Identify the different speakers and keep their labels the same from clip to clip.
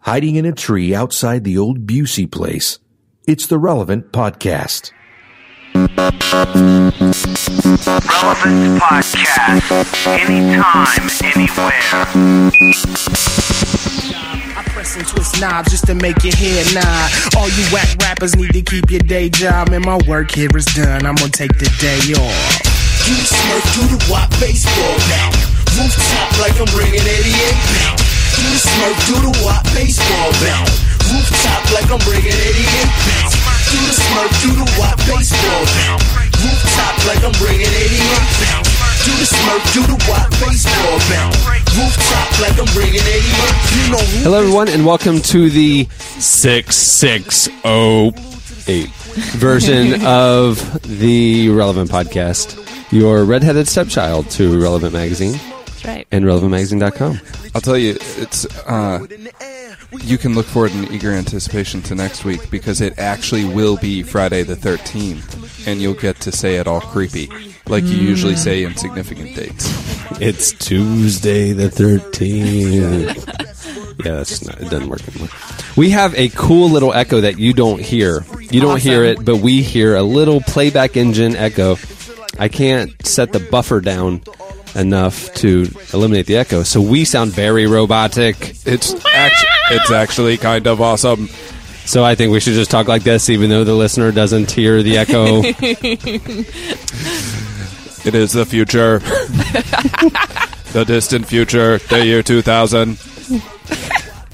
Speaker 1: hiding in a tree outside the old Busey place. It's the Relevant Podcast.
Speaker 2: Relevant Podcast. Anytime, anywhere.
Speaker 3: I press and twist knobs just to make your head nod. All you whack rappers need to keep your day job, and my work here is done. I'm gonna take the day off.
Speaker 4: You the smirk, you the wop baseball now. Rooftop like I'm ringing 88 now. You the smirk, you the wop baseball now. Rooftop like I'm ringing 88 now. You the smirk, you the wop baseball now. Rooftop like I'm ringing 88 now. You the smirk, you the wop baseball now. Rooftop like I'm ringing 88. You know who
Speaker 5: Hello, everyone, and welcome to the
Speaker 6: 6608.
Speaker 5: version of the Relevant Podcast, your redheaded stepchild to Relevant Magazine
Speaker 7: Right.
Speaker 5: and relevantmagazine.com.
Speaker 6: I'll tell you, it's uh, you can look forward in eager anticipation to next week because it actually will be Friday the 13th, and you'll get to say it all creepy, like you usually say insignificant dates.
Speaker 5: It's Tuesday the 13th. yeah, that's not, it doesn't work anymore. We have a cool little echo that you don't hear. You don't hear it, but we hear a little playback engine echo. I can't set the buffer down enough to eliminate the echo, so we sound very robotic.
Speaker 6: It's act- it's actually kind of awesome.
Speaker 5: So I think we should just talk like this, even though the listener doesn't hear the echo.
Speaker 6: It is the future, the distant future, the year 2000.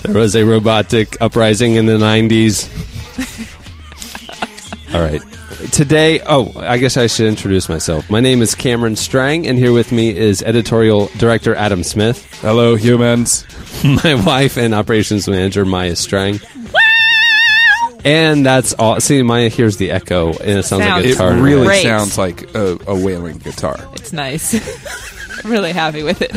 Speaker 5: there was a robotic uprising in the 90s. All right. Today, oh, I guess I should introduce myself. My name is Cameron Strang, and here with me is editorial director Adam Smith,
Speaker 6: Hello, humans.
Speaker 5: my wife and operations manager Maya Strang. And that's all. See, Maya hears the echo, and it sounds like a
Speaker 7: Sounds
Speaker 6: It
Speaker 5: guitar.
Speaker 6: really
Speaker 7: Great.
Speaker 6: sounds like a, a wailing guitar.
Speaker 7: It's nice. I'm really happy with it.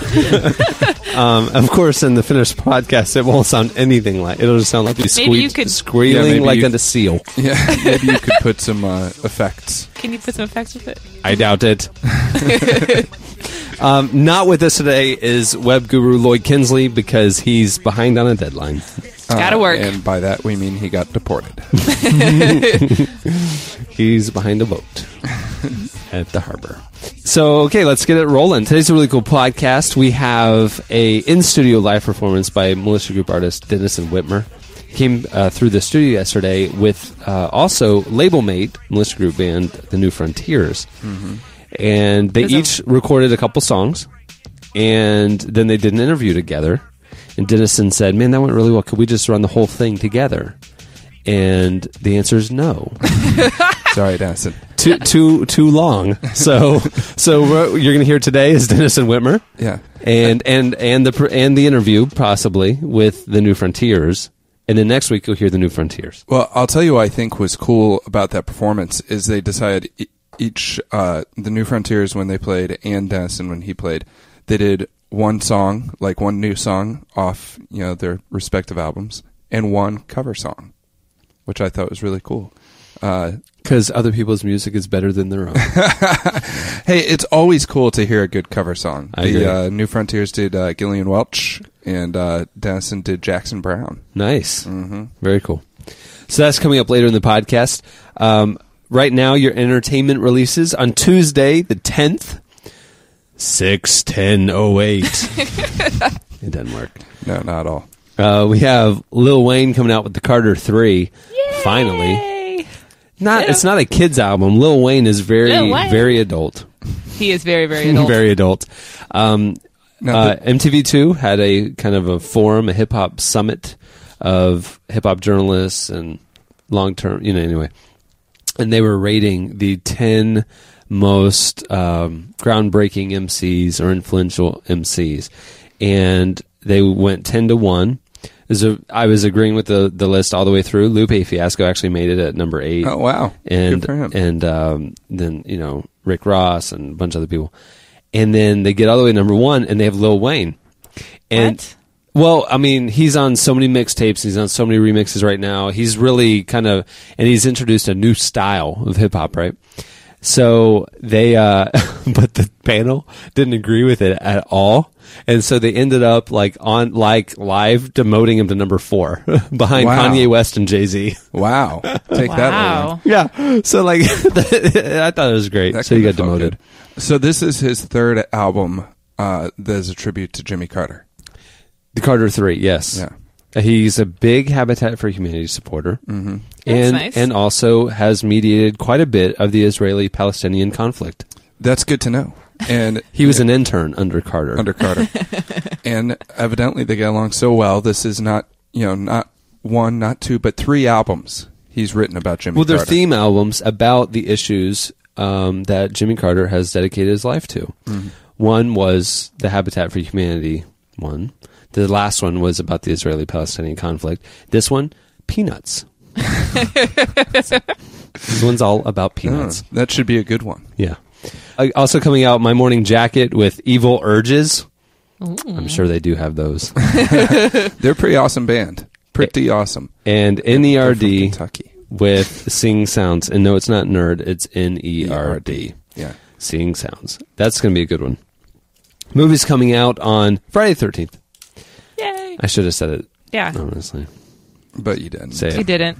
Speaker 5: Of course, in the finished podcast, it won't sound anything like. It'll just sound like you,
Speaker 7: Maybe you
Speaker 5: squeak-
Speaker 7: could-
Speaker 6: Yeah,
Speaker 5: squealing
Speaker 6: maybe
Speaker 5: like
Speaker 6: you-
Speaker 5: a seal.
Speaker 6: Yeah, maybe you could put some uh, effects.
Speaker 7: Can you put some effects with it?
Speaker 5: I doubt it. um, not with us today is web guru Lloyd Kinsley because he's behind on a deadline.
Speaker 7: Gotta work.
Speaker 6: Uh, And by that we mean he got deported.
Speaker 5: He's behind a boat at the harbor. So okay, let's get it rolling. Today's a really cool podcast. We have a in studio live performance by militia group artist Denison Whitmer. Came uh, through the studio yesterday with uh, also label mate militia group band The New Frontiers, and they
Speaker 7: Mm-hmm. There's a-
Speaker 5: each recorded a couple songs, and then they did an interview together. And Denison said, "Man, that went really well. Could we just run the whole thing together?" And the answer is no
Speaker 6: Sorry, Denison.
Speaker 5: too too too long. So so what you're going to hear today is Dennis and Whitmer.
Speaker 6: Yeah.
Speaker 5: And and and the pr- and the interview possibly with the New Frontiers. And then next week you'll hear the New Frontiers.
Speaker 6: Well, I'll tell you what I think was cool about that performance is they decided e- each uh, the New Frontiers when they played and Denison when he played, they did one song, like one new song off, you know, their respective albums and one cover song, which I thought was really cool. Uh,
Speaker 5: Because other people's music is better than their own.
Speaker 6: Hey, it's always cool to hear a good cover song.
Speaker 5: I
Speaker 6: the
Speaker 5: agree.
Speaker 6: Uh, New Frontiers did uh, Gillian Welch, and uh, Denison did Jackson Brown.
Speaker 5: nice. Mm-hmm. Very cool. So that's coming up later in the podcast. Um, right now, your entertainment releases on Tuesday, the 10th, 6 10 08. it doesn't work.
Speaker 6: No, not at all.
Speaker 5: Uh, we have Lil Wayne coming out with the Carter Three. Finally,
Speaker 7: Yay!
Speaker 5: not it's not a kids album. Lil Wayne is very
Speaker 7: Lil Wayne.
Speaker 5: very adult,
Speaker 7: He is very, very adult.
Speaker 5: very adult. Um,
Speaker 6: No,
Speaker 5: uh,
Speaker 6: but-
Speaker 5: MTV Two had a kind of a forum, a hip hop summit of hip hop journalists and long term. You know, anyway, and they were rating the ten most um, groundbreaking MCs or influential MCs, and they went ten to one. Is a, I was agreeing with the the list all the way through. Lupe Fiasco actually made it at number eight.
Speaker 6: Oh, wow.
Speaker 5: And
Speaker 6: Good for him.
Speaker 5: and um, then you know Rick Ross and a bunch of other people, and then they get all the way to number one, and they have Lil Wayne. And
Speaker 7: What?
Speaker 5: well, I mean, he's on so many mixtapes, he's on so many remixes right now. He's really kind of, and he's introduced a new style of hip hop, right? So they, uh, but the panel didn't agree with it at all, and so they ended up like on like live demoting him to number four behind
Speaker 6: Wow.
Speaker 5: Kanye West and Jay Z.
Speaker 6: Wow. Take that. Lily.
Speaker 7: wow.
Speaker 5: Yeah. So like, I thought it was great.
Speaker 6: That
Speaker 5: so you
Speaker 6: could
Speaker 5: got
Speaker 6: be fun,
Speaker 5: demoted.
Speaker 6: dude. So this is his third album uh, that is a tribute to Jimmy Carter.
Speaker 5: The Carter Three, yes. Uh,
Speaker 6: Yeah.
Speaker 5: He's a big Habitat for Humanity supporter, mm-hmm. and
Speaker 7: nice.
Speaker 5: and also has mediated quite a bit of the Israeli-Palestinian conflict.
Speaker 6: That's good to know. And
Speaker 5: He was an intern under Carter.
Speaker 6: under Carter. and evidently they get along so well. This is not, you know, not one, not two, but three albums he's written about Jimmy
Speaker 5: well, they're
Speaker 6: Carter.
Speaker 5: theme albums about the issues um, that Jimmy Carter has dedicated his life to.
Speaker 6: Mm-hmm.
Speaker 5: One was the Habitat for Humanity one. The last one was about the Israeli-Palestinian conflict. This one, peanuts. this one's all about
Speaker 6: Oh,
Speaker 5: peanuts.
Speaker 6: that should be a good one.
Speaker 5: Yeah. Uh, also coming out, my morning jacket with evil urges. I'm sure they do have those.
Speaker 6: They're a pretty awesome band. Pretty awesome.
Speaker 5: And
Speaker 6: They're from
Speaker 5: NERD
Speaker 6: Kentucky.
Speaker 5: with sing sounds. And no, it's not nerd. It's N E R D.
Speaker 6: Yeah.
Speaker 5: Sing sounds. That's going to be a good one. Movie's coming out on Friday the 13th.
Speaker 7: Yay.
Speaker 5: I should have said it.
Speaker 7: Yeah.
Speaker 5: Honestly,
Speaker 6: But you didn't.
Speaker 5: say
Speaker 7: I
Speaker 5: it.
Speaker 7: didn't.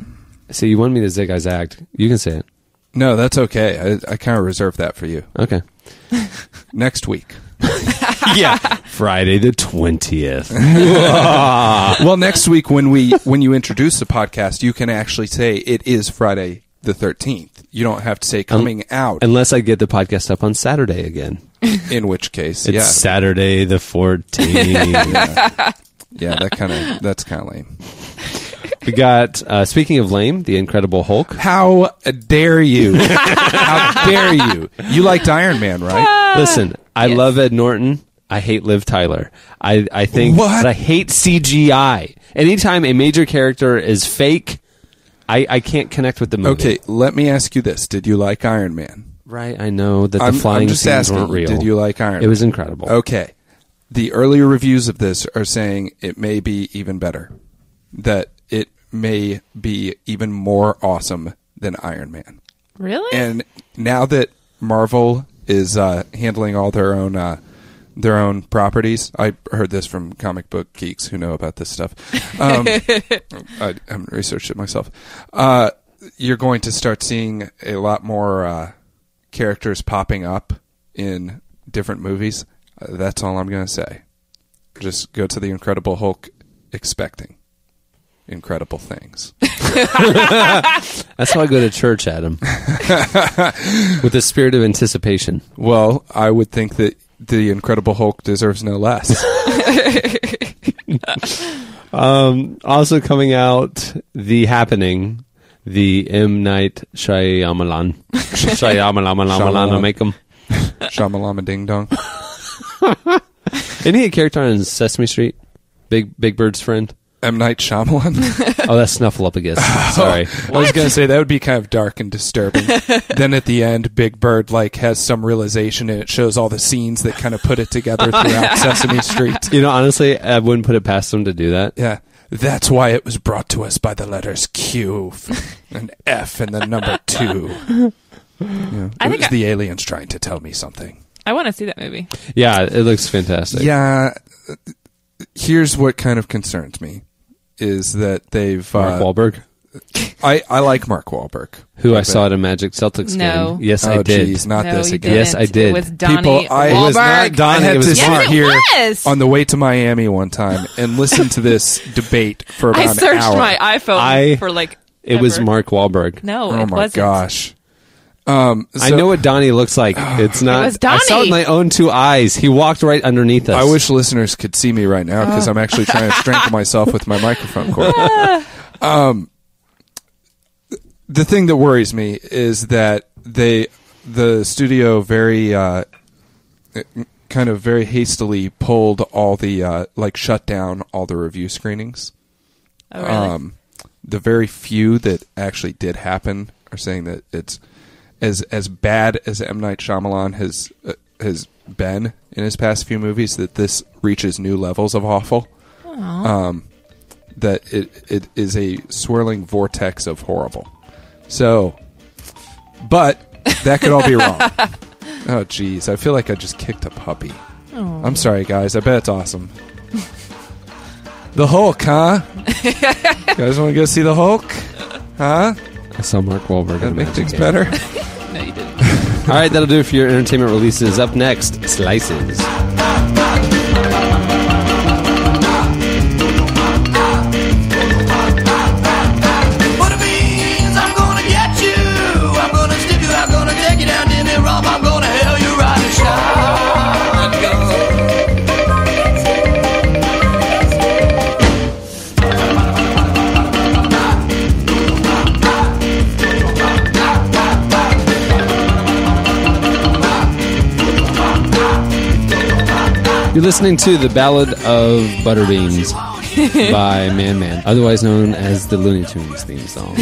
Speaker 5: See, you wanted me to zig I zagged. You can say it.
Speaker 6: No, that's okay. I, I kind of reserved that for you.
Speaker 5: Okay.
Speaker 6: Next week.
Speaker 5: yeah. Friday the twentieth.
Speaker 6: well, next week when we when you introduce the podcast, you can actually say it is Friday the 13th. You don't have to say coming out,
Speaker 5: Unless I get the podcast up on Saturday again.
Speaker 6: in which case,
Speaker 5: It's
Speaker 6: yeah.
Speaker 5: Saturday the 14th.
Speaker 6: Yeah, that kind of that's kind of lame.
Speaker 5: we got, uh, speaking of lame, The Incredible Hulk.
Speaker 6: How dare you? How dare you? You liked Iron Man, right?
Speaker 5: Listen, I love Ed Norton. I hate Liv Tyler. I, I think
Speaker 6: What?
Speaker 5: but I hate CGI. Anytime a major character is fake, I, I can't connect with the movie.
Speaker 6: Okay, let me ask you this: Did you like Iron Man?
Speaker 5: Right, I know that the
Speaker 6: I'm- I'm
Speaker 5: flying
Speaker 6: just
Speaker 5: scenes
Speaker 6: asking,
Speaker 5: weren't real.
Speaker 6: did you like Iron
Speaker 5: It was
Speaker 6: Man?
Speaker 5: incredible.
Speaker 6: Okay, the earlier reviews of this are saying it may be even better. That it may be even more awesome than Iron Man.
Speaker 7: Really?
Speaker 6: And now that Marvel is uh, handling all their own uh, their own properties, I heard this from comic book geeks who know about this stuff. Um, I haven't researched it myself. Uh, you're going to start seeing a lot more uh, characters popping up in different movies. Uh, that's all I'm going to say. Just go to the Incredible Hulk expecting incredible things.
Speaker 5: That's how I go to church, Adam. with the spirit of anticipation.
Speaker 6: Well, I would think that the Incredible Hulk deserves no less.
Speaker 5: Also coming out, The Happening, the M Night Shyamalan, Shyamalan, I
Speaker 6: Shyamalan.
Speaker 5: make him.
Speaker 6: Shamalama Ding Dong.
Speaker 5: Isn't he a character on Sesame Street? Big Big Bird's friend.
Speaker 6: M. Night Shyamalan.
Speaker 5: Oh, that's Snuffleupagus. Sorry.
Speaker 6: I was going to say that would be kind of dark and disturbing. then at the end, Big Bird like has some realization and it shows all the scenes that kind of put it together throughout Sesame Street.
Speaker 5: You know, honestly, I wouldn't put it past him to do that.
Speaker 6: Yeah. That's why it was brought to us by the letters Q f- and F and the number two. Yeah.
Speaker 7: I
Speaker 6: it
Speaker 7: think
Speaker 6: was
Speaker 7: I-
Speaker 6: the aliens trying to tell me something.
Speaker 7: I want to see that movie.
Speaker 5: Yeah, it looks fantastic.
Speaker 6: Yeah. Here's what kind of concerns me is that they've.
Speaker 5: Mark
Speaker 6: uh,
Speaker 5: Wahlberg,
Speaker 6: I, I like Mark Wahlberg.
Speaker 5: who I saw at a Magic Celtics
Speaker 7: No.
Speaker 5: game. Yes,
Speaker 6: oh,
Speaker 5: I did.
Speaker 6: Geez, not
Speaker 7: No,
Speaker 6: this
Speaker 7: you
Speaker 6: again.
Speaker 7: didn't.
Speaker 5: Yes, I did.
Speaker 7: It was Donnie
Speaker 6: I
Speaker 7: Wahlberg.
Speaker 6: was not
Speaker 5: Donnie,
Speaker 6: I had
Speaker 5: it
Speaker 6: to
Speaker 5: was
Speaker 6: sit
Speaker 5: Mark.
Speaker 6: here
Speaker 7: Yes, it was.
Speaker 6: on the way to Miami one time and listen to this debate for about
Speaker 7: I
Speaker 6: an
Speaker 7: searched
Speaker 6: hour.
Speaker 7: my iPhone
Speaker 5: I-
Speaker 7: for like.
Speaker 5: It was
Speaker 7: ever.
Speaker 5: Mark Wahlberg.
Speaker 7: No,
Speaker 6: oh
Speaker 7: it
Speaker 6: my
Speaker 7: wasn't.
Speaker 6: gosh! Um,
Speaker 5: I
Speaker 6: so
Speaker 5: know what Donnie looks like. It's not.
Speaker 7: was
Speaker 5: I saw it
Speaker 7: Donnie.
Speaker 5: with my own two eyes. He walked right underneath us.
Speaker 6: I wish listeners could see me right now because I'm actually trying to strangle myself with my microphone cord. um, the thing that worries me is that they, the studio, very uh, kind of very hastily pulled all the uh, like shut down all the review screenings.
Speaker 7: Oh, really?
Speaker 6: um, the very few that actually did happen are saying that it's as as bad as M Night Shyamalan has uh, has been in his past few movies. That this reaches new levels of awful. Um, that it it is a swirling vortex of horrible. So, but That could all be wrong. oh, jeez. I feel like I just kicked a puppy. I'm sorry, guys. I bet it's awesome. The Hulk, huh? you guys want to go see the Hulk? Huh?
Speaker 5: I saw Mark Wahlberg. in
Speaker 6: That
Speaker 5: a
Speaker 6: make
Speaker 5: magic
Speaker 6: things
Speaker 5: game.
Speaker 6: better.
Speaker 7: No, you didn't.
Speaker 5: All right, that'll do it for your entertainment releases. Up next, Slices.
Speaker 8: Butterbeans, I'm gonna get you. I'm gonna snip you. I'm gonna take you down, Jimmy Rob. I'm gonna hell you right and shine.
Speaker 5: You're listening to The Ballad of Butterbeans by Man Man, otherwise known as the Looney Tunes theme song.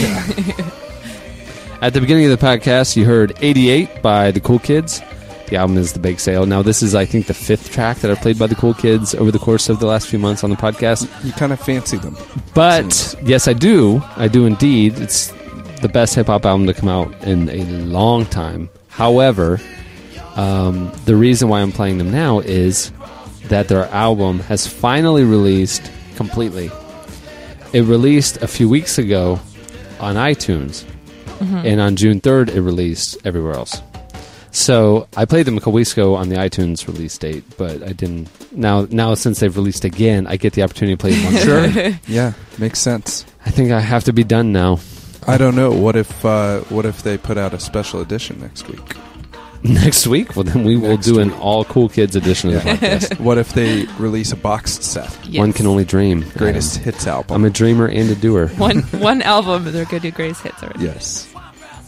Speaker 5: At the beginning of the podcast, you heard 88 by The Cool Kids. The album is The Big Sale. Now, this is, I think, the fifth track that I've played by The Cool Kids over the course of the last few months on the podcast.
Speaker 6: You kind of fancy them.
Speaker 5: But yes, I do. I do indeed. It's the best hip hop album to come out in a long time. However, um, the reason why I'm playing them now is that their album has finally released completely. It released a few weeks ago on iTunes, and on June 3rd, it released everywhere else. So I played them a couple weeks ago on the iTunes release date, but I didn't. Now, now since they've released again, I get the opportunity to play them. on Sure,
Speaker 6: Yeah, makes sense.
Speaker 5: I think I have to be done now.
Speaker 6: I don't know. What if uh, what if they put out a special edition next week?
Speaker 5: Next week, well, then we will
Speaker 6: Next
Speaker 5: do an
Speaker 6: week.
Speaker 5: all cool kids edition of the podcast.
Speaker 6: What if they release a boxed set?
Speaker 5: One
Speaker 7: Yes.
Speaker 5: can only dream.
Speaker 6: Greatest
Speaker 5: Um,
Speaker 6: hits album.
Speaker 5: I'm a dreamer and a doer.
Speaker 7: one one album. They're gonna do greatest hits already.
Speaker 6: yes.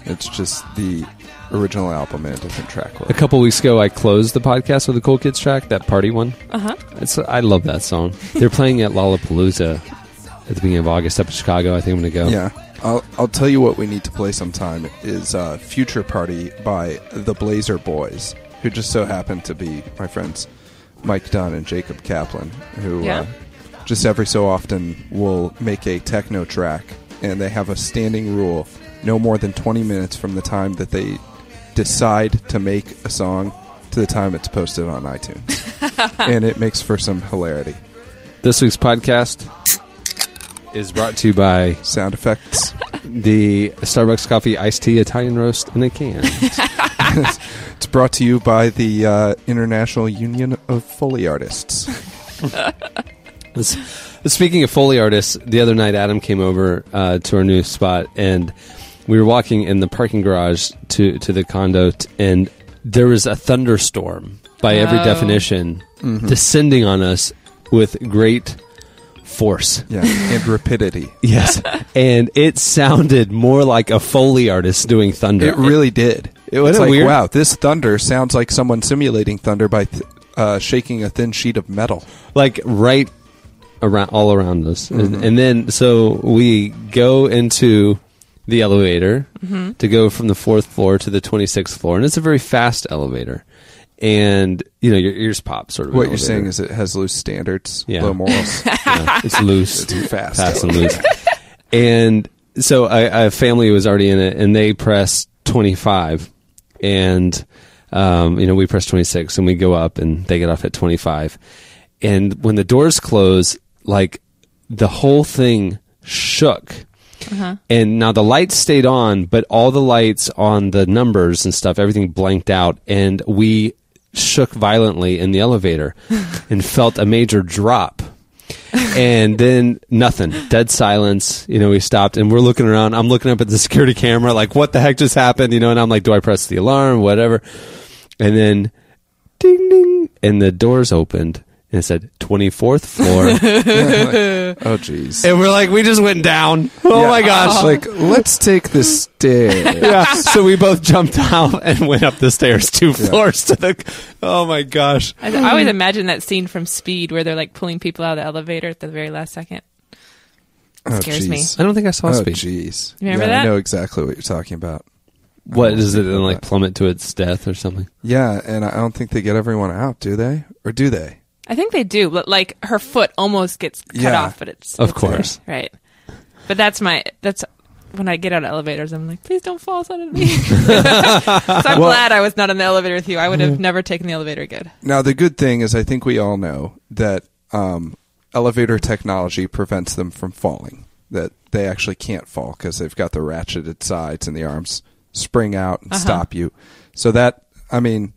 Speaker 6: It's just the original album in a different track.
Speaker 5: A couple weeks ago, I closed the podcast with a cool kids track, that party one.
Speaker 7: Uh
Speaker 6: Uh-huh.
Speaker 7: huh.
Speaker 5: It's, I love that song. They're playing at Lollapalooza at the beginning of August up in Chicago. I think I'm going to go.
Speaker 6: Yeah. I'll, I'll tell you what we need to play sometime is uh, Future Party by the Blazer Boys, who just so happen to be my friends Mike Dunn and Jacob Kaplan, who
Speaker 7: Yeah.
Speaker 6: uh, just every so often will make a techno track, and they have a standing rule no more than 20 minutes from the time that they decide to make a song to the time it's posted on iTunes. and it makes for some hilarity.
Speaker 5: This week's podcast is brought to you by
Speaker 6: Sound effects.
Speaker 5: the Starbucks Coffee Iced Tea Italian Roast in a Can.
Speaker 6: It's brought to you by the uh, International Union of Foley Artists.
Speaker 5: S- Speaking of Foley artists, the other night Adam came over uh, to our new spot, and we were walking in the parking garage to to the condo, t- and there was a thunderstorm by every
Speaker 7: Oh.
Speaker 5: definition descending on us with great force.
Speaker 6: Yeah, and rapidity.
Speaker 5: Yes, and it sounded more like a Foley artist doing thunder.
Speaker 6: It really did. It was
Speaker 5: Isn't it
Speaker 6: like,
Speaker 5: weird?
Speaker 6: wow, this thunder sounds like someone simulating thunder by th- uh, shaking a thin sheet of metal.
Speaker 5: like right around all around us and, and then so we go into the elevator to go from the fourth floor to the 26th floor and it's a very fast elevator and you know your ears pop sort of an
Speaker 6: What you're
Speaker 5: elevator.
Speaker 6: saying is it has loose standards,
Speaker 5: Yeah.
Speaker 6: low morals.
Speaker 5: Yeah, it's loose
Speaker 6: It's fast.
Speaker 5: fast and loose and so I, I family was already in it and they pressed 25 and um, you know we press 26 and we go up and they get off at 25 and when the doors close like the whole thing shook and now the lights stayed on but all the lights on the numbers and stuff everything blanked out and we shook violently in the elevator and felt a major drop and then nothing dead silence you know we stopped and we're looking around i'm looking up at the security camera like what the heck just happened you know and i'm like do i press the alarm whatever and then ding ding and the doors opened and it said 24th floor
Speaker 6: Oh, jeez.
Speaker 5: and we're like we just went down oh
Speaker 6: Yeah.
Speaker 5: my gosh
Speaker 6: Like, let's take the stairs.
Speaker 5: yeah. So we both jumped out and went up the stairs two floors to the. Oh my gosh!
Speaker 7: I, I always imagine that scene from Speed where they're like pulling people out of the elevator at the very last second.
Speaker 6: Oh,
Speaker 7: Scares me.
Speaker 6: jeez.
Speaker 5: I don't think I saw
Speaker 6: Oh,
Speaker 5: speech.
Speaker 6: jeez.
Speaker 7: You remember
Speaker 6: yeah, I
Speaker 7: that?
Speaker 6: know exactly what you're talking about.
Speaker 5: What is it? Then like plummet to its death or something?
Speaker 6: Yeah, and I don't think they get everyone out, do they? Or do they?
Speaker 7: I think they do, but like her foot almost gets cut
Speaker 6: Yeah.
Speaker 7: off, but it's
Speaker 5: Of
Speaker 7: it's
Speaker 5: course.
Speaker 7: there. right. But that's my that's when I get out of elevators, I'm like, please don't fall suddenly. so I'm glad I was not in the elevator with you. I would have
Speaker 6: Mm-hmm.
Speaker 7: never taken the elevator again.
Speaker 6: Now, the good thing is, I think we all know that um, elevator technology prevents them from falling. That they actually can't fall because they've got the ratcheted sides and the arms spring out
Speaker 7: Uh-huh.
Speaker 6: and stop you. So that, I mean,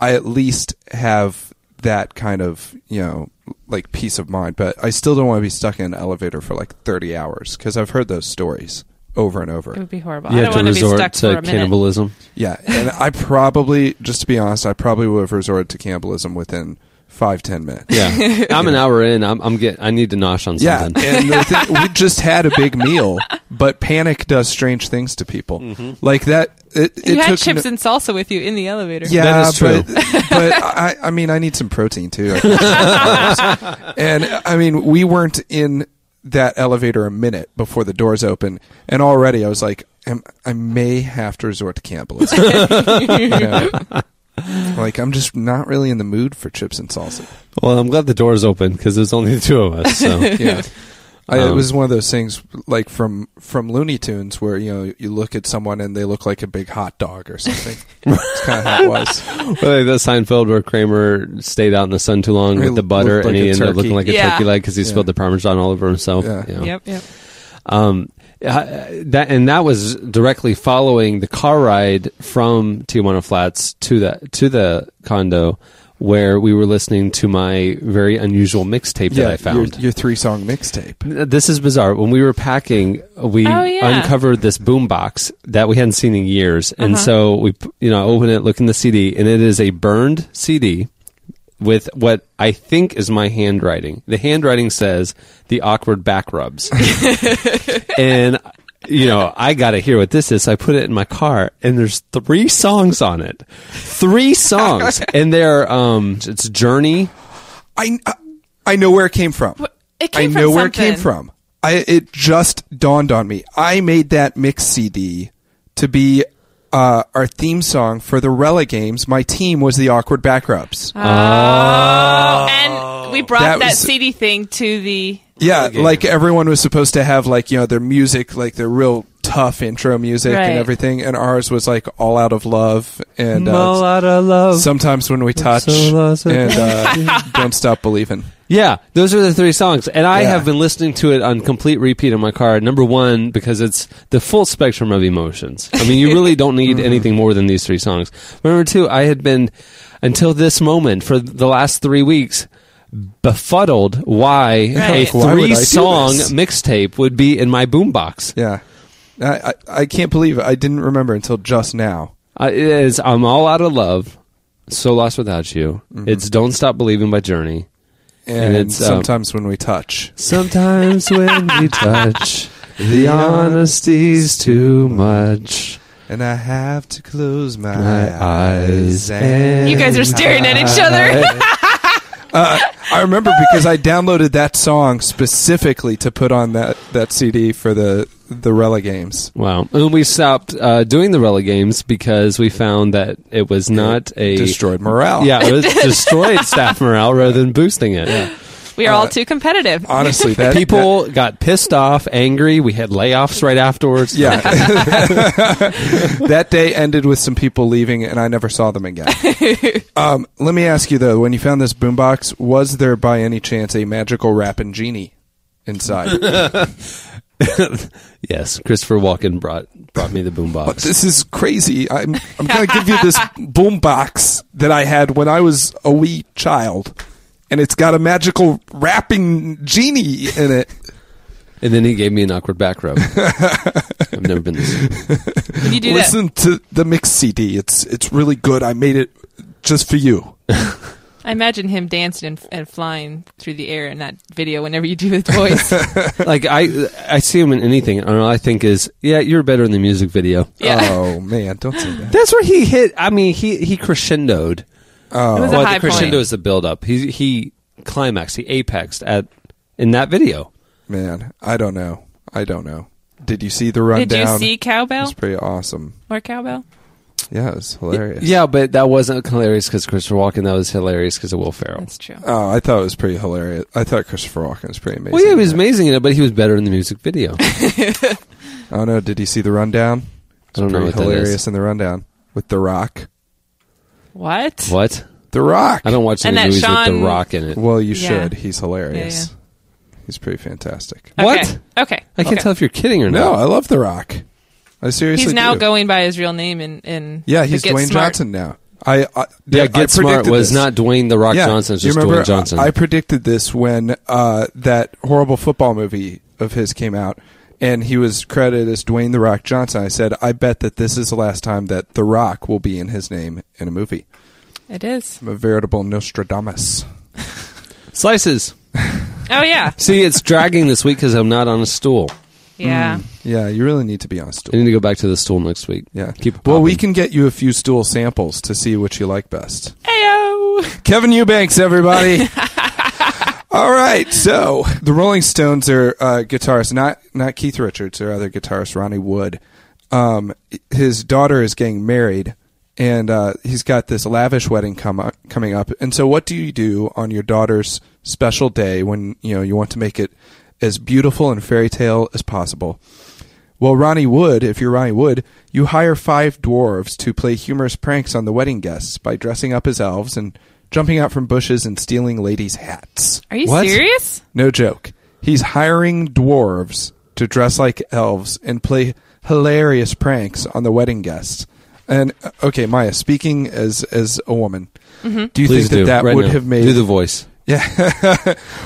Speaker 6: I at least have that kind of you know like peace of mind. But I still don't want to be stuck in an elevator for like thirty hours because I've heard those stories over and over.
Speaker 7: It would be horrible.
Speaker 5: You
Speaker 7: I
Speaker 5: have to
Speaker 7: don't want to be
Speaker 5: resort
Speaker 7: stuck for
Speaker 5: to
Speaker 7: a minute.
Speaker 5: cannibalism.
Speaker 6: Yeah, and I probably, just to be honest, I probably would have resorted to cannibalism within five ten minutes.
Speaker 5: Yeah, I'm an hour in. I'm, I'm get. I need to nosh on
Speaker 6: yeah.
Speaker 5: something.
Speaker 6: And the thing, we just had a big meal, but panic does strange things to people.
Speaker 5: Mm-hmm.
Speaker 6: Like that. It, it
Speaker 7: You had
Speaker 6: took
Speaker 7: chips
Speaker 6: no-
Speaker 7: and salsa with you in the elevator.
Speaker 6: yeah,
Speaker 5: That is true.
Speaker 6: but, but I, I mean, I need some protein too. and I mean, we weren't in that elevator a minute before the doors open, and already I was like, am- I may have to resort to cannibalism. You know? Like, I'm just not really in the mood for chips and salsa.
Speaker 5: Well, I'm glad the door's open because there's only the two of us. So
Speaker 6: Yeah. I, it
Speaker 5: Um,
Speaker 6: was one of those things like from from Looney Tunes where you know you look at someone and they look like a big hot dog or something. That's kind of how it was.
Speaker 5: Well, like that Seinfeld where Kramer stayed out in the sun too long
Speaker 6: He
Speaker 5: with the
Speaker 6: looked
Speaker 5: butter,
Speaker 6: like
Speaker 5: and
Speaker 6: a
Speaker 5: he ended up
Speaker 6: turkey.
Speaker 5: looking like a
Speaker 7: Yeah.
Speaker 5: turkey leg because he spilled the parmesan all over himself.
Speaker 6: Yeah.
Speaker 7: Yep, yep.
Speaker 5: Um, uh, that and that was directly following the car ride from Tijuana Flats to the to the condo where we were listening to my very unusual mixtape that I found.
Speaker 6: your, your three song mixtape.
Speaker 5: This is bizarre. When we were packing, we
Speaker 7: Oh, yeah.
Speaker 5: uncovered this boombox that we hadn't seen in years, and
Speaker 7: Uh-huh.
Speaker 5: so we, p- you know, open it, look in the CD, and it is a burned CD with what I think is my handwriting. The handwriting says the awkward back rubs, and you know, I got to hear what this is. So I put it in my car, and there's three songs on it, three songs, and they're um, it's Journey.
Speaker 6: I I know where it came from.
Speaker 7: it came
Speaker 6: I
Speaker 7: from
Speaker 6: know where it
Speaker 7: something.
Speaker 6: came from. I it just dawned on me. I made that mix CD to be uh, our theme song for the Rela games. My team was the Awkward Back Rubs.
Speaker 7: Oh.
Speaker 5: Oh.
Speaker 7: And we brought
Speaker 6: That
Speaker 7: that,
Speaker 6: was-
Speaker 7: CD thing to the.
Speaker 6: Yeah, like everyone was supposed to have like you know their music, like their real tough intro music
Speaker 7: Right.
Speaker 6: and everything, and ours was like all out of love and
Speaker 5: All
Speaker 6: uh,
Speaker 5: out of love.
Speaker 6: sometimes when we touch
Speaker 5: so lost in
Speaker 6: and uh, don't stop believing.
Speaker 5: Yeah, those are the three songs, and I
Speaker 6: Yeah.
Speaker 5: have been listening to it on complete repeat in my car. Number one, because it's the full spectrum of emotions. I mean, you really don't
Speaker 6: Mm-hmm.
Speaker 5: need anything more than these three songs. But number two, I had been until this moment for the last three weeks befuddled why a
Speaker 7: Right.
Speaker 6: Why would I do
Speaker 5: three song
Speaker 6: this?
Speaker 5: mixtape would be in my boombox.
Speaker 6: Yeah, I, I I can't believe I didn't remember until just now.
Speaker 5: Uh, it is I'm all out of love, so lost without you.
Speaker 6: Mm-hmm.
Speaker 5: It's don't stop believing by Journey.
Speaker 6: And,
Speaker 5: it's, uh,
Speaker 6: sometimes when we touch,
Speaker 5: Sometimes when we touch, the honesty's too much.
Speaker 6: and I have to close my,
Speaker 5: My eyes
Speaker 6: eyes.
Speaker 5: and-
Speaker 7: You guys are staring at each other.
Speaker 6: I remember because I downloaded that song specifically to put on that, that CD for the the Rela games.
Speaker 5: Wow. And we stopped uh, doing the Rela games because we found that it was not a.
Speaker 6: Destroyed morale.
Speaker 5: Yeah, it was destroyed staff morale rather than boosting it.
Speaker 7: we are all too competitive.
Speaker 6: honestly, that
Speaker 5: People got pissed off, angry. We had layoffs right afterwards.
Speaker 6: that- yeah, that day ended with some people leaving, and I never saw them again. um, let me ask you though: when you found this boombox, was there by any chance a magical rapping genie inside?
Speaker 5: Yes, Christopher Walken brought brought me the boombox.
Speaker 6: This is crazy. I'm I'm gonna give you this boom box that I had when I was a wee child, and it's got a magical rapping genie in it.
Speaker 5: And then he gave me an awkward back rub. I've never been this.
Speaker 7: When you do that,
Speaker 6: Listen to the mix CD. It's it's really good. I made it just for you.
Speaker 7: I imagine him dancing and, and flying through the air in that video. Whenever you do his voice,
Speaker 5: like I I see him in anything, and all I think is, yeah, you're better in the music video.
Speaker 7: yeah,
Speaker 6: Oh man, don't say that.
Speaker 5: That's where he hit. I mean, he he crescendoed.
Speaker 6: Oh.
Speaker 7: it was
Speaker 5: well,
Speaker 7: a high
Speaker 5: the crescendo
Speaker 7: point.
Speaker 5: is the build up. He he climaxed, he apexed at in that video.
Speaker 6: Man, I don't know. I don't know. Did you see the rundown?
Speaker 7: Did you see
Speaker 6: It
Speaker 7: cowbell
Speaker 6: was pretty awesome.
Speaker 7: or cowbell?
Speaker 6: Yeah, it was hilarious.
Speaker 5: Yeah, but that wasn't hilarious because Christopher Walken. That was hilarious because of Will Ferrell.
Speaker 7: That's true.
Speaker 6: Oh, I thought it was pretty hilarious. I thought Christopher Walken was pretty amazing.
Speaker 5: Well, yeah, he was amazing in it, but he was better in the music video. I
Speaker 6: Oh no, did you see the rundown? It's
Speaker 5: don't know
Speaker 6: pretty
Speaker 5: what that
Speaker 6: hilarious
Speaker 5: is.
Speaker 6: in the rundown with The Rock.
Speaker 7: What?
Speaker 5: What?
Speaker 6: The Rock.
Speaker 5: I don't watch
Speaker 7: And
Speaker 5: any
Speaker 7: that
Speaker 5: movies with
Speaker 7: Sean-
Speaker 5: The Rock in it.
Speaker 6: Well, you
Speaker 7: Yeah.
Speaker 6: should. He's hilarious. He's pretty fantastic.
Speaker 7: Okay.
Speaker 5: What?
Speaker 7: Okay.
Speaker 5: I can't
Speaker 7: Okay.
Speaker 5: tell if you're kidding or
Speaker 6: No,
Speaker 5: not.
Speaker 6: I love The Rock. I seriously.
Speaker 7: He's now
Speaker 6: do.
Speaker 7: going by his real name in in
Speaker 6: Yeah,
Speaker 7: the
Speaker 6: he's
Speaker 7: Get
Speaker 6: Dwayne
Speaker 7: Smart.
Speaker 6: Johnson now. I, I
Speaker 5: Yeah,
Speaker 6: I
Speaker 5: Get Smart
Speaker 6: predicted
Speaker 5: was
Speaker 6: this.
Speaker 5: not Dwayne the Rock
Speaker 6: Yeah.
Speaker 5: Johnson. It's
Speaker 6: You
Speaker 5: just
Speaker 6: remember, uh,
Speaker 5: Dwayne Johnson.
Speaker 6: I, I predicted this when uh, that horrible football movie of his came out, and he was credited as Dwayne the Rock Johnson. I said, I bet that this is the last time that the Rock will be in his name in a movie.
Speaker 7: It is.
Speaker 6: I'm a veritable Nostradamus.
Speaker 5: Slices.
Speaker 7: Oh yeah.
Speaker 5: See, it's dragging this week because I'm not on a stool.
Speaker 6: Hmm.
Speaker 7: Yeah.
Speaker 6: Yeah, you really need to be on a
Speaker 5: I
Speaker 6: stool.
Speaker 5: need to go back to the stool next week.
Speaker 6: Yeah.
Speaker 5: Keep it
Speaker 6: well, we
Speaker 5: popping.
Speaker 6: can get you a few stool samples to see what you like best.
Speaker 7: Ayo.
Speaker 6: Kevin Eubanks, everybody. All right, so the Rolling Stones are uh, guitarist, not not Keith Richards, their other guitarist, Ronnie Wood. Um, his daughter is getting married, and uh, he's got this lavish wedding come up, coming up. And so, what do you do on your daughter's special day when you know you want to make it as beautiful and fairy tale as possible? Well, Ronnie Wood, if you're Ronnie Wood, you hire five dwarves to play humorous pranks on the wedding guests by dressing up as elves and jumping out from bushes and stealing ladies' hats.
Speaker 7: Are you
Speaker 5: What?
Speaker 7: serious?
Speaker 6: No joke. He's hiring dwarves to dress like elves and play hilarious pranks on the wedding guests. And uh, okay, Maya, speaking as as a woman,
Speaker 7: Mm-hmm.
Speaker 6: do you
Speaker 5: Please
Speaker 6: think that
Speaker 5: do.
Speaker 6: that
Speaker 5: Right
Speaker 6: would
Speaker 5: now.
Speaker 6: have made
Speaker 5: Do the voice.
Speaker 6: yeah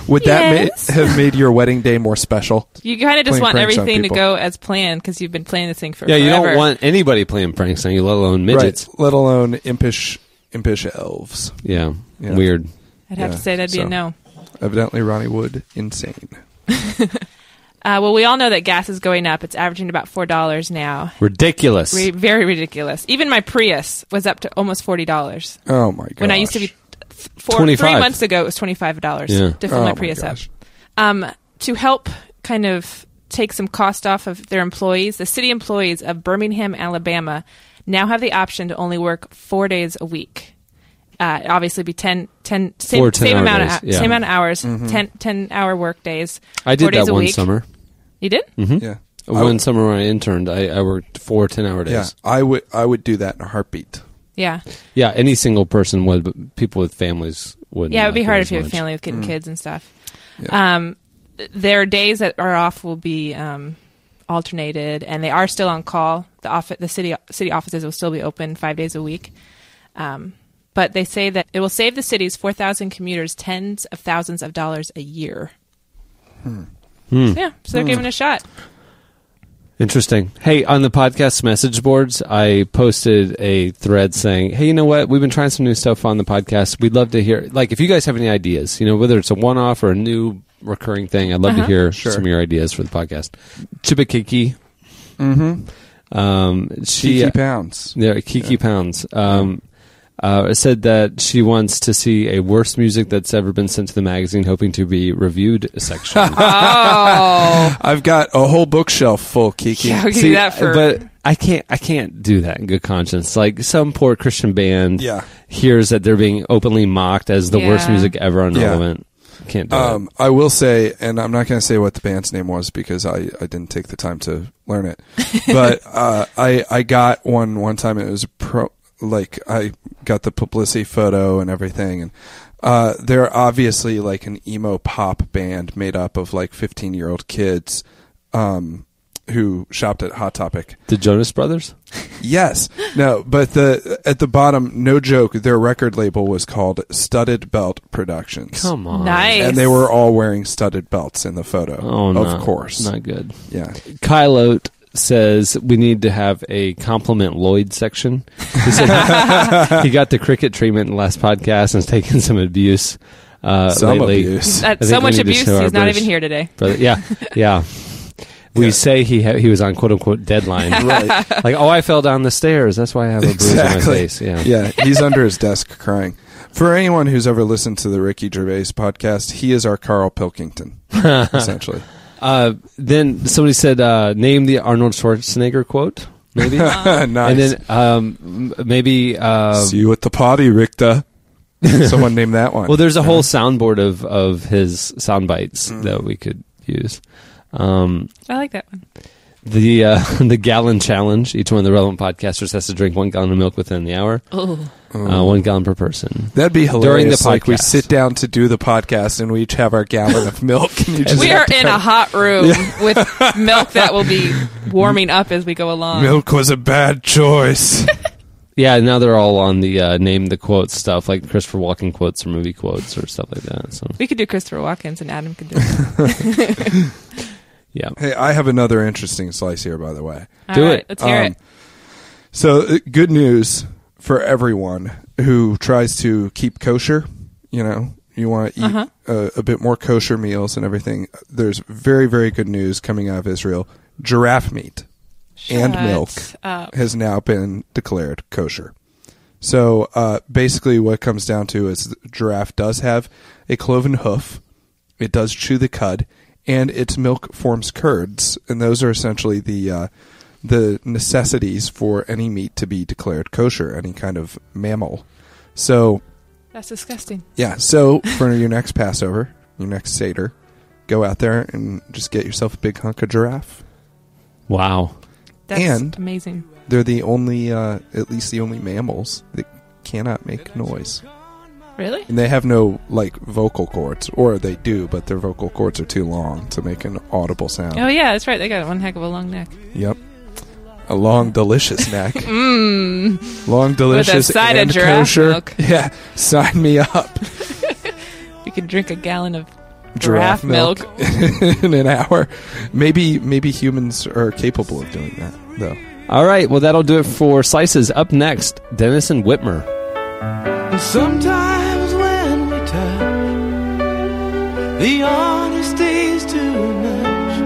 Speaker 6: would
Speaker 7: Yes.
Speaker 6: that ma- have made your wedding day more special?
Speaker 7: You kind of just
Speaker 6: Playing
Speaker 7: want
Speaker 6: pranks on
Speaker 7: everything to
Speaker 6: people.
Speaker 7: go as planned because you've been playing this thing for
Speaker 5: Yeah, you
Speaker 7: forever.
Speaker 5: don't want anybody playing pranks on you, let alone midgets.
Speaker 6: Right, let alone impish impish elves.
Speaker 5: Yeah.
Speaker 6: Yeah.
Speaker 5: Weird.
Speaker 7: I'd have
Speaker 6: Yeah,
Speaker 7: to say that'd be
Speaker 6: so.
Speaker 7: a no.
Speaker 6: Evidently, Ronnie Wood insane.
Speaker 7: Uh, well, we all know that gas is going up. It's averaging about four dollars now.
Speaker 5: Ridiculous.
Speaker 7: Re- very ridiculous. Even my Prius was up to almost forty dollars
Speaker 6: Oh my god!
Speaker 7: when I used to be th- four,
Speaker 5: 25.
Speaker 7: three months ago. It was twenty five dollars
Speaker 5: Yeah.
Speaker 7: to fill
Speaker 6: Oh
Speaker 7: my
Speaker 6: my
Speaker 7: Prius up.
Speaker 6: gosh.
Speaker 7: Um, to help kind of take some cost off of their employees, the city employees of Birmingham, Alabama, now have the option to only work four days a week. Uh, it'd obviously, be 10, 10 same,
Speaker 5: Four 10
Speaker 7: same
Speaker 5: hour
Speaker 7: amount
Speaker 5: days,
Speaker 7: of
Speaker 5: yeah.
Speaker 7: same amount of hours, ten ten 10, hour work days.
Speaker 5: I
Speaker 7: four
Speaker 5: did
Speaker 7: days
Speaker 5: that
Speaker 7: a
Speaker 5: one
Speaker 7: week.
Speaker 5: summer. Mm-hmm.
Speaker 7: You did?
Speaker 5: Hmm?
Speaker 6: yeah. I
Speaker 5: One
Speaker 6: would,
Speaker 5: summer when I interned, I, I worked four 10 hour
Speaker 6: yeah,
Speaker 5: days.
Speaker 6: I would I would do that in a heartbeat.
Speaker 7: Yeah,
Speaker 5: Yeah. any single person would, but people with families wouldn't.
Speaker 7: yeah. It'd be
Speaker 5: like it
Speaker 7: hard
Speaker 5: as
Speaker 7: if you have a
Speaker 5: much.
Speaker 7: family with getting
Speaker 6: Mm.
Speaker 7: kids and stuff. Um, th- their days that are off will be um, alternated, and they are still on call. The office, the city city offices will still be open five days a week. Um, but they say that it will save the city's four thousand commuters tens of thousands of dollars a year.
Speaker 6: Hmm.
Speaker 5: Hmm.
Speaker 7: Yeah, so they're giving it a shot.
Speaker 5: Interesting. Hey, on the podcast message boards, I posted a thread saying, "Hey, you know what? We've been trying some new stuff on the podcast. We'd love to hear like if you guys have any ideas, you know, whether it's a one-off or a new recurring thing. I'd love to hear
Speaker 6: Uh-huh. Sure.
Speaker 5: some of your ideas for the podcast." Chibakiki. Mm-hmm. Um, she
Speaker 6: Kiki pounds.
Speaker 5: yeah, Kiki Pounds. Um, uh, said that she wants to see a worst music that's ever been sent to the magazine, hoping to be reviewed section.
Speaker 6: I've got a whole bookshelf full Kiki.
Speaker 7: Yeah, we can
Speaker 5: See,
Speaker 7: do that for.
Speaker 5: but I can't. I can't do that in good conscience. Like some poor Christian band
Speaker 6: Yeah.
Speaker 5: hears that they're being openly mocked as the worst
Speaker 7: Yeah.
Speaker 5: music ever on
Speaker 6: Yeah.
Speaker 5: Relevant. Can't do
Speaker 6: Um, I will say, and I'm not going to say what the band's name was because I, I didn't take the time to learn it, but uh, I I got one one time. and It was a pro like I got the publicity photo and everything, and uh, they're obviously like an emo pop band made up of like 15 year old kids um, who shopped at Hot Topic.
Speaker 5: it. The Jonas Brothers.
Speaker 6: Yes. No, but the at the bottom, no joke, their record label was called Studded Belt Productions.
Speaker 5: Come on.
Speaker 7: nice.
Speaker 6: And they were all wearing studded belts in the photo.
Speaker 5: Oh,
Speaker 6: of
Speaker 5: not-
Speaker 6: course.
Speaker 5: not good.
Speaker 6: Yeah.
Speaker 5: Kyle Oat says we need to have a compliment Lloyd section. He said he got the cricket treatment in the last podcast and has taken some abuse uh,
Speaker 6: Some
Speaker 5: lately.
Speaker 6: abuse.
Speaker 7: That's
Speaker 5: I
Speaker 7: so
Speaker 5: think we
Speaker 7: much
Speaker 5: need to
Speaker 7: abuse. He's
Speaker 5: show our
Speaker 7: not
Speaker 5: British-
Speaker 7: even here today.
Speaker 5: Brother, yeah, yeah. We say he ha- he was on quote unquote deadline.
Speaker 6: Right.
Speaker 5: like, oh, I fell down the stairs. That's why I have a bruise on my face. Yeah.
Speaker 6: he's under his desk crying. For anyone who's ever listened to the Ricky Gervais podcast, he is our Carl Pilkington, essentially.
Speaker 5: Uh, then somebody said, uh, name the Arnold Schwarzenegger quote. maybe.
Speaker 6: nice.
Speaker 5: And then um, m- maybe uh,
Speaker 6: See you at the potty, Richter. Someone named that one.
Speaker 5: well, there's a
Speaker 6: Uh-huh.
Speaker 5: whole soundboard of of his sound bites
Speaker 6: Mm.
Speaker 5: that we could use. Um,
Speaker 7: I like that one.
Speaker 5: the uh, the gallon challenge. Each one of the relevant podcasters has to drink one gallon of milk within the hour.
Speaker 7: Oh,
Speaker 5: Uh, one gallon per person.
Speaker 6: That'd be hilarious.
Speaker 5: During the
Speaker 6: Like we
Speaker 5: podcast.
Speaker 6: sit down to do the podcast, and we each have our gallon of milk. And you just
Speaker 7: we are
Speaker 6: have to
Speaker 7: in a
Speaker 6: come-
Speaker 7: hot room with milk that will be warming up as we go along.
Speaker 6: Milk was a bad choice.
Speaker 5: Yeah, now they're all on the uh, name the quote stuff, like Christopher Walken quotes or movie quotes or stuff like that. So
Speaker 7: We could do Christopher Watkins and Adam could do. it.
Speaker 5: yeah,
Speaker 6: hey, I have another interesting slice here, by the way.
Speaker 7: All
Speaker 5: Do
Speaker 7: right,
Speaker 5: it.
Speaker 7: Let's hear
Speaker 6: Um,
Speaker 7: it.
Speaker 6: So, uh, good news for everyone who tries to keep kosher. You know, you want to eat
Speaker 7: Uh-huh.
Speaker 6: uh a bit more kosher meals and everything. There's very, very good news coming out of Israel. Giraffe meat and
Speaker 7: Shut
Speaker 6: milk
Speaker 7: up.
Speaker 6: has now been declared kosher. So, uh, basically, what it comes down to is the giraffe does have a cloven hoof, it does chew the cud, and its milk forms curds, and those are essentially the uh, the necessities for any meat to be declared kosher, any kind of mammal. So,
Speaker 7: That's disgusting.
Speaker 6: yeah. So for your next Passover, your next Seder, go out there and just get yourself a big hunk of giraffe.
Speaker 5: wow.
Speaker 7: That's
Speaker 6: And-
Speaker 7: amazing.
Speaker 6: They're the only, uh, at least the only mammals that cannot make noise,
Speaker 7: Really?
Speaker 6: and they have no like vocal cords, or they do, but their vocal cords are too long to make an audible sound.
Speaker 7: Oh yeah, that's right. They got one heck of a long neck.
Speaker 6: Yep. A long, delicious neck. Mmm. Long,
Speaker 7: Mm. With
Speaker 6: delicious,
Speaker 7: a side of
Speaker 6: and
Speaker 7: giraffe
Speaker 6: kosher.
Speaker 7: milk.
Speaker 6: Yeah, sign me up.
Speaker 7: You could drink a gallon of giraffe milk.
Speaker 6: in an hour. Maybe, maybe humans are capable of doing that, though.
Speaker 5: All right, well that'll do it for slices. Up next, Dennis and Whitmer.
Speaker 9: Sometimes when we touch, the honesty's too much,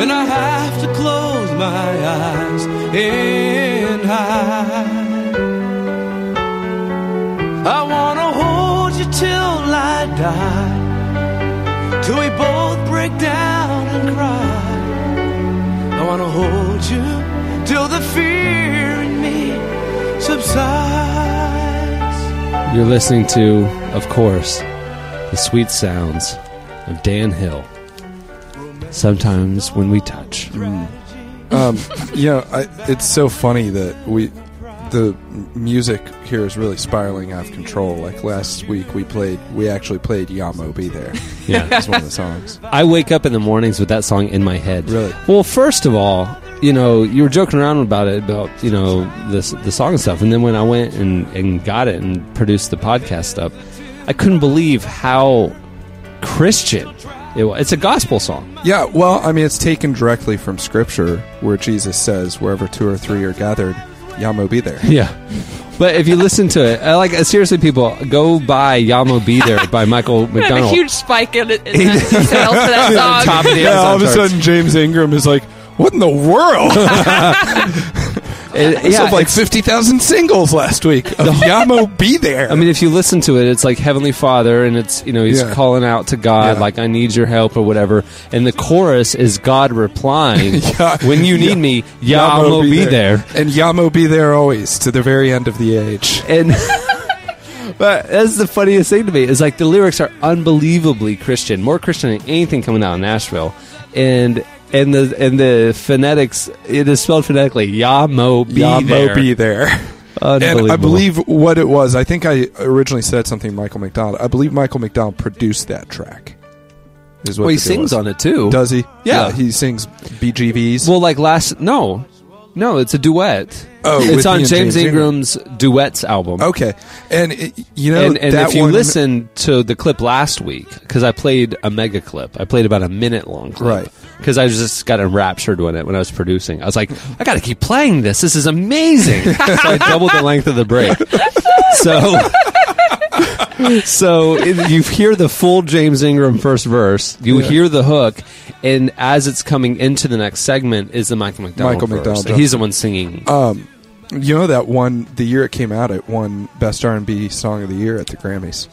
Speaker 9: and I have to close my eyes and hide. I wanna hold you till I die, till we both break down and cry. I wanna hold you till the fear in me subsides.
Speaker 5: You're listening to, of course, the sweet sounds of Dan Hill. Sometimes when we touch.
Speaker 6: Um, you know, I, it's so funny that we, the music here is really spiraling out of control. Like last week, we played, we actually played "Yamo Be There."
Speaker 5: Yeah.
Speaker 6: it's one of the songs.
Speaker 5: I wake up in the mornings with that song in my head.
Speaker 6: Really?
Speaker 5: Well, first of all, you know, you were joking around about it, about, you know, this, the song and stuff. And then when I went and, and got it and produced the podcast stuff, I couldn't believe how Christian it was. It's a gospel song.
Speaker 6: Yeah, well, I mean, it's taken directly from Scripture, where Jesus says, "Wherever two or three are gathered, Yamo be there."
Speaker 5: Yeah. But if you listen to it, I like seriously, people, go buy Yamo Be There by Michael
Speaker 7: We have a
Speaker 5: McDonald.
Speaker 7: huge spike in, in that sales for that song.
Speaker 5: Top of the Amazon charts.
Speaker 6: James Ingram is like, "What in the world?"
Speaker 5: It- yeah,
Speaker 6: like fifty thousand singles last week. Of Yamo be there.
Speaker 5: I mean, if you listen to it, it's like Heavenly Father, and it's you know he's
Speaker 6: Yeah.
Speaker 5: calling out to God,
Speaker 6: Yeah.
Speaker 5: like I need your help or whatever. And the chorus is God replying, "When you need me, yeah, I'm gonna be there."
Speaker 6: and Yamo be there always to the very end of the age.
Speaker 5: And but that's the funniest thing to me is like the lyrics are unbelievably Christian, more Christian than anything coming out of Nashville, and. And the and the phonetics it is spelled phonetically Yamo be
Speaker 6: Yamo
Speaker 5: there.
Speaker 6: be there.
Speaker 5: Unbelievable.
Speaker 6: And I believe what it was. I think I originally said something. Michael McDonald. I believe Michael McDonald produced that track. Is what
Speaker 5: well, he
Speaker 6: the deal
Speaker 5: sings
Speaker 6: is.
Speaker 5: on it too.
Speaker 6: Does he?
Speaker 5: Yeah.
Speaker 6: he sings BGVs.
Speaker 5: Well, like last no, no, it's a duet.
Speaker 6: Oh,
Speaker 5: it's
Speaker 6: with
Speaker 5: on
Speaker 6: he and
Speaker 5: James
Speaker 6: James Ingram.
Speaker 5: Ingram's duets album.
Speaker 6: okay, and it, you know
Speaker 5: and and
Speaker 6: that
Speaker 5: if you
Speaker 6: one,
Speaker 5: listen to the clip last week, because I played a mega clip, I played about a minute long clip.
Speaker 6: Right.
Speaker 5: Because I was just got enraptured when it when I was producing. I was like, I got to keep playing this. This is amazing. so I doubled the length of the break. So. So it- you hear the full James Ingram first verse, you hear the hook, and as it's coming into the next segment is the Michael McDonald.
Speaker 6: Michael
Speaker 5: verse.
Speaker 6: McDonald.
Speaker 5: He's the one singing.
Speaker 6: You know that one. The year it came out, it won Best R and B Song of the Year at the Grammys.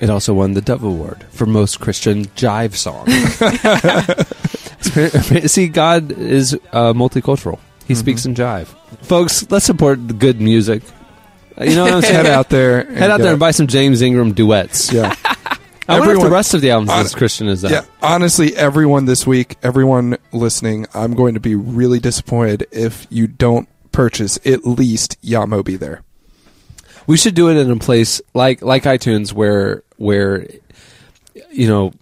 Speaker 5: It also won the Dove Award for most Christian jive song. See, God is uh, multicultural.
Speaker 6: Mm-hmm.
Speaker 5: He speaks in jive. Folks, let's support the good music. Uh, You know what I'm saying?
Speaker 6: Head out there. and
Speaker 5: Head out
Speaker 6: get
Speaker 5: there
Speaker 6: it.
Speaker 5: and buy some James Ingram duets.
Speaker 6: Yeah.
Speaker 5: I wonder if
Speaker 6: Everyone-
Speaker 5: the rest of the albums
Speaker 6: Hon-
Speaker 5: as Christian as that.
Speaker 6: Yeah, honestly, everyone this week, everyone listening, I'm going to be really disappointed if you don't purchase at least Yamo be there.
Speaker 5: We should do it in a place like like iTunes where where you know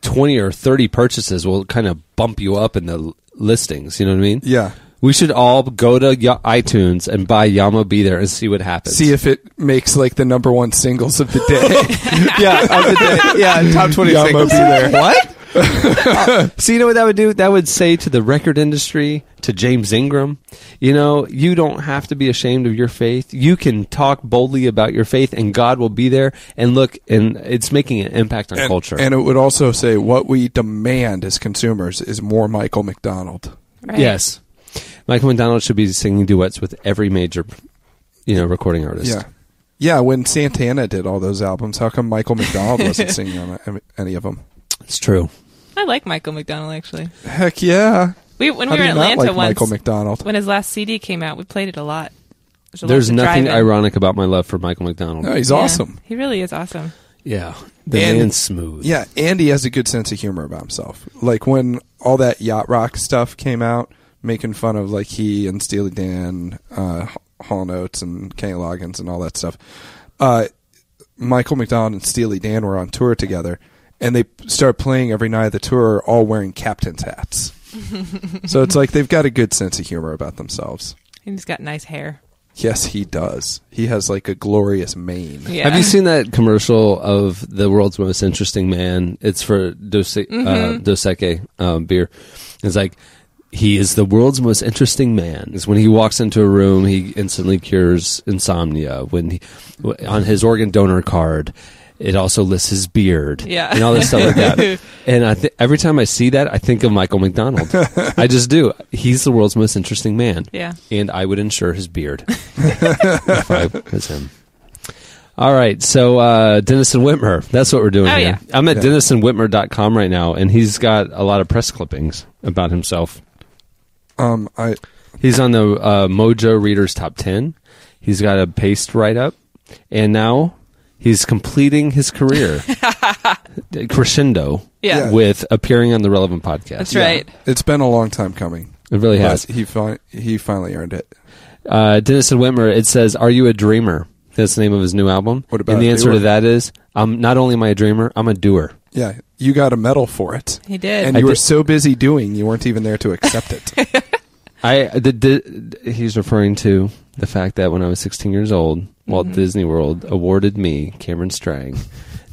Speaker 5: twenty or thirty purchases will kind of bump you up in the l- listings. You know what I mean?
Speaker 6: Yeah.
Speaker 5: We should all go to Ya iTunes and buy Yama Be There and see what happens.
Speaker 6: See if it makes like the number one singles of the day.
Speaker 5: yeah, of the day. yeah, top twenty
Speaker 6: Yama
Speaker 5: singles.
Speaker 6: Be There.
Speaker 5: What? so Uh, you know what that would do? That would say to the record industry, to James Ingram, you know, you don't have to be ashamed of your faith. You can talk boldly about your faith, and God will be there. And look, and it's making an impact on
Speaker 6: and,
Speaker 5: culture.
Speaker 6: and it would also say what we demand as consumers is more Michael McDonald.
Speaker 7: Right?
Speaker 5: Yes, Michael McDonald should be singing duets with every major, you know, recording artist.
Speaker 6: Yeah. Yeah, when Santana did all those albums, how come Michael McDonald wasn't singing on any of them?
Speaker 5: it's true.
Speaker 7: I like Michael McDonald actually.
Speaker 6: Heck yeah.
Speaker 7: We when
Speaker 6: How
Speaker 7: we
Speaker 6: do
Speaker 7: were in
Speaker 6: you not
Speaker 7: Atlanta
Speaker 6: like
Speaker 7: once,
Speaker 6: Michael McDonald?
Speaker 7: when his last CD came out, we played it a lot. There's, a lot
Speaker 5: There's
Speaker 7: to
Speaker 5: nothing
Speaker 7: drive in.
Speaker 5: ironic about my love for Michael McDonald.
Speaker 6: No, he's
Speaker 7: Yeah.
Speaker 6: awesome.
Speaker 7: He really is awesome.
Speaker 5: Yeah, the
Speaker 6: Oh, And-
Speaker 5: man's smooth.
Speaker 6: Yeah, and he has a good sense of humor about himself. Like when all that yacht rock stuff came out, making fun of like he and Steely Dan, uh, Hall Notes and Kenny Loggins and all that stuff. Uh, Michael McDonald and Steely Dan were on tour together, and they start playing every night of the tour, all wearing captain's hats. so it's like they've got a good sense of humor about themselves.
Speaker 7: And He's got nice hair.
Speaker 6: Yes, he does. He has like a glorious mane.
Speaker 7: Yeah.
Speaker 5: Have you seen that commercial of the world's most interesting man? It's for Dose, uh,
Speaker 7: Mm-hmm.
Speaker 5: Dos Equis, um, beer. It's like he is the world's most interesting man. Is when he walks into a room, he instantly cures insomnia. When he, w- on his organ donor card, it also lists his beard.
Speaker 7: Yeah.
Speaker 5: and all this stuff like that. And I th- every time I see that, I think of Michael McDonald. I just do. He's the world's most interesting man.
Speaker 7: Yeah.
Speaker 5: and I would insure his beard if I was him. All right, so uh, Dennis and Whitmer. That's what we're doing
Speaker 7: Oh,
Speaker 5: here.
Speaker 7: yeah.
Speaker 5: I'm at
Speaker 6: Yeah.
Speaker 5: dennisandwhitmer.com right now, and he's got a lot of press clippings about himself.
Speaker 6: Um, I
Speaker 5: He's on the uh, Mojo Readers Top 10. He's got a paste write up, and now he's completing his career crescendo
Speaker 7: Yeah.
Speaker 5: with appearing on the relevant podcast.
Speaker 7: That's right.
Speaker 6: it's been a long time coming.
Speaker 5: It really has.
Speaker 6: But he fi- he finally earned it.
Speaker 5: uh, Dennis and Whitmer. It says, "Are you a dreamer?" That's the name of his new album.
Speaker 6: What about
Speaker 5: and the
Speaker 6: a
Speaker 5: answer to
Speaker 6: doer?
Speaker 5: that is, "I'm not only am I a dreamer, I'm a doer."
Speaker 6: Yeah, you got a medal for it.
Speaker 7: He did.
Speaker 6: and
Speaker 5: I
Speaker 6: you were
Speaker 5: did.
Speaker 6: so busy doing, you weren't even there to accept it.
Speaker 5: I the, the, he's referring to the fact that when I was 16 years old, Walt Disney World awarded me Cameron Strang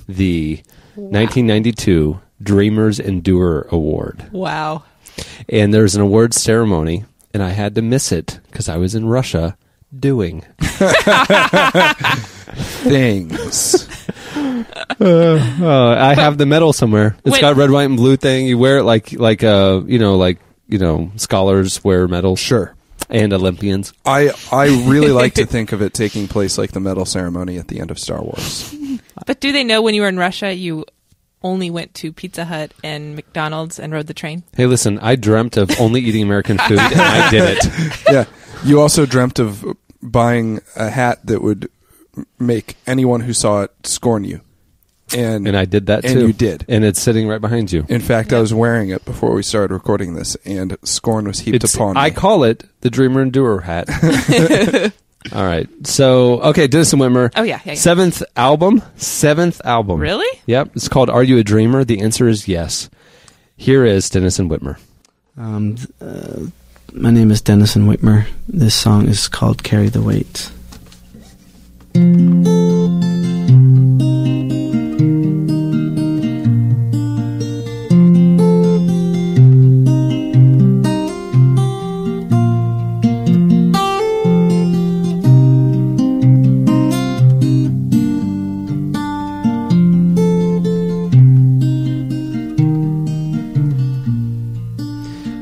Speaker 5: the 1992 Dreamers Endure Award.
Speaker 7: Wow.
Speaker 5: and there was an award ceremony, and I had to miss it because I was in Russia doing.
Speaker 6: Things.
Speaker 5: Uh, I have the medal somewhere. It's
Speaker 7: Wait.
Speaker 5: got red, white, and blue thing. You wear it like like uh you know like you know scholars wear medals.
Speaker 6: Sure.
Speaker 5: and Olympians.
Speaker 6: I I really like to think of it taking place like the medal ceremony at the end of Star Wars.
Speaker 7: But do they know when you were in Russia, you only went to Pizza Hut and McDonald's and rode the train?
Speaker 5: Hey, listen, I dreamt of only eating American food, and I did it.
Speaker 6: Yeah. You also dreamt of buying a hat that would m- make anyone who saw it scorn you. And
Speaker 5: And I did that
Speaker 6: And
Speaker 5: too.
Speaker 6: you did.
Speaker 5: and it's sitting right behind you.
Speaker 6: in fact, I was wearing it before we started recording this, and scorn was heaped
Speaker 5: It's-
Speaker 6: upon me.
Speaker 5: I call it the Dreamer Endurer hat. All right. So, okay, Denison Wimmer.
Speaker 7: Oh, yeah, yeah, yeah.
Speaker 5: Seventh album. Seventh album.
Speaker 7: Really?
Speaker 5: Yep. It's called Are You a Dreamer? The answer is yes. Here is Denison Whitmer.
Speaker 10: Um, th- uh, my name is Dennison Whitmer. This song is called Carry the Weight.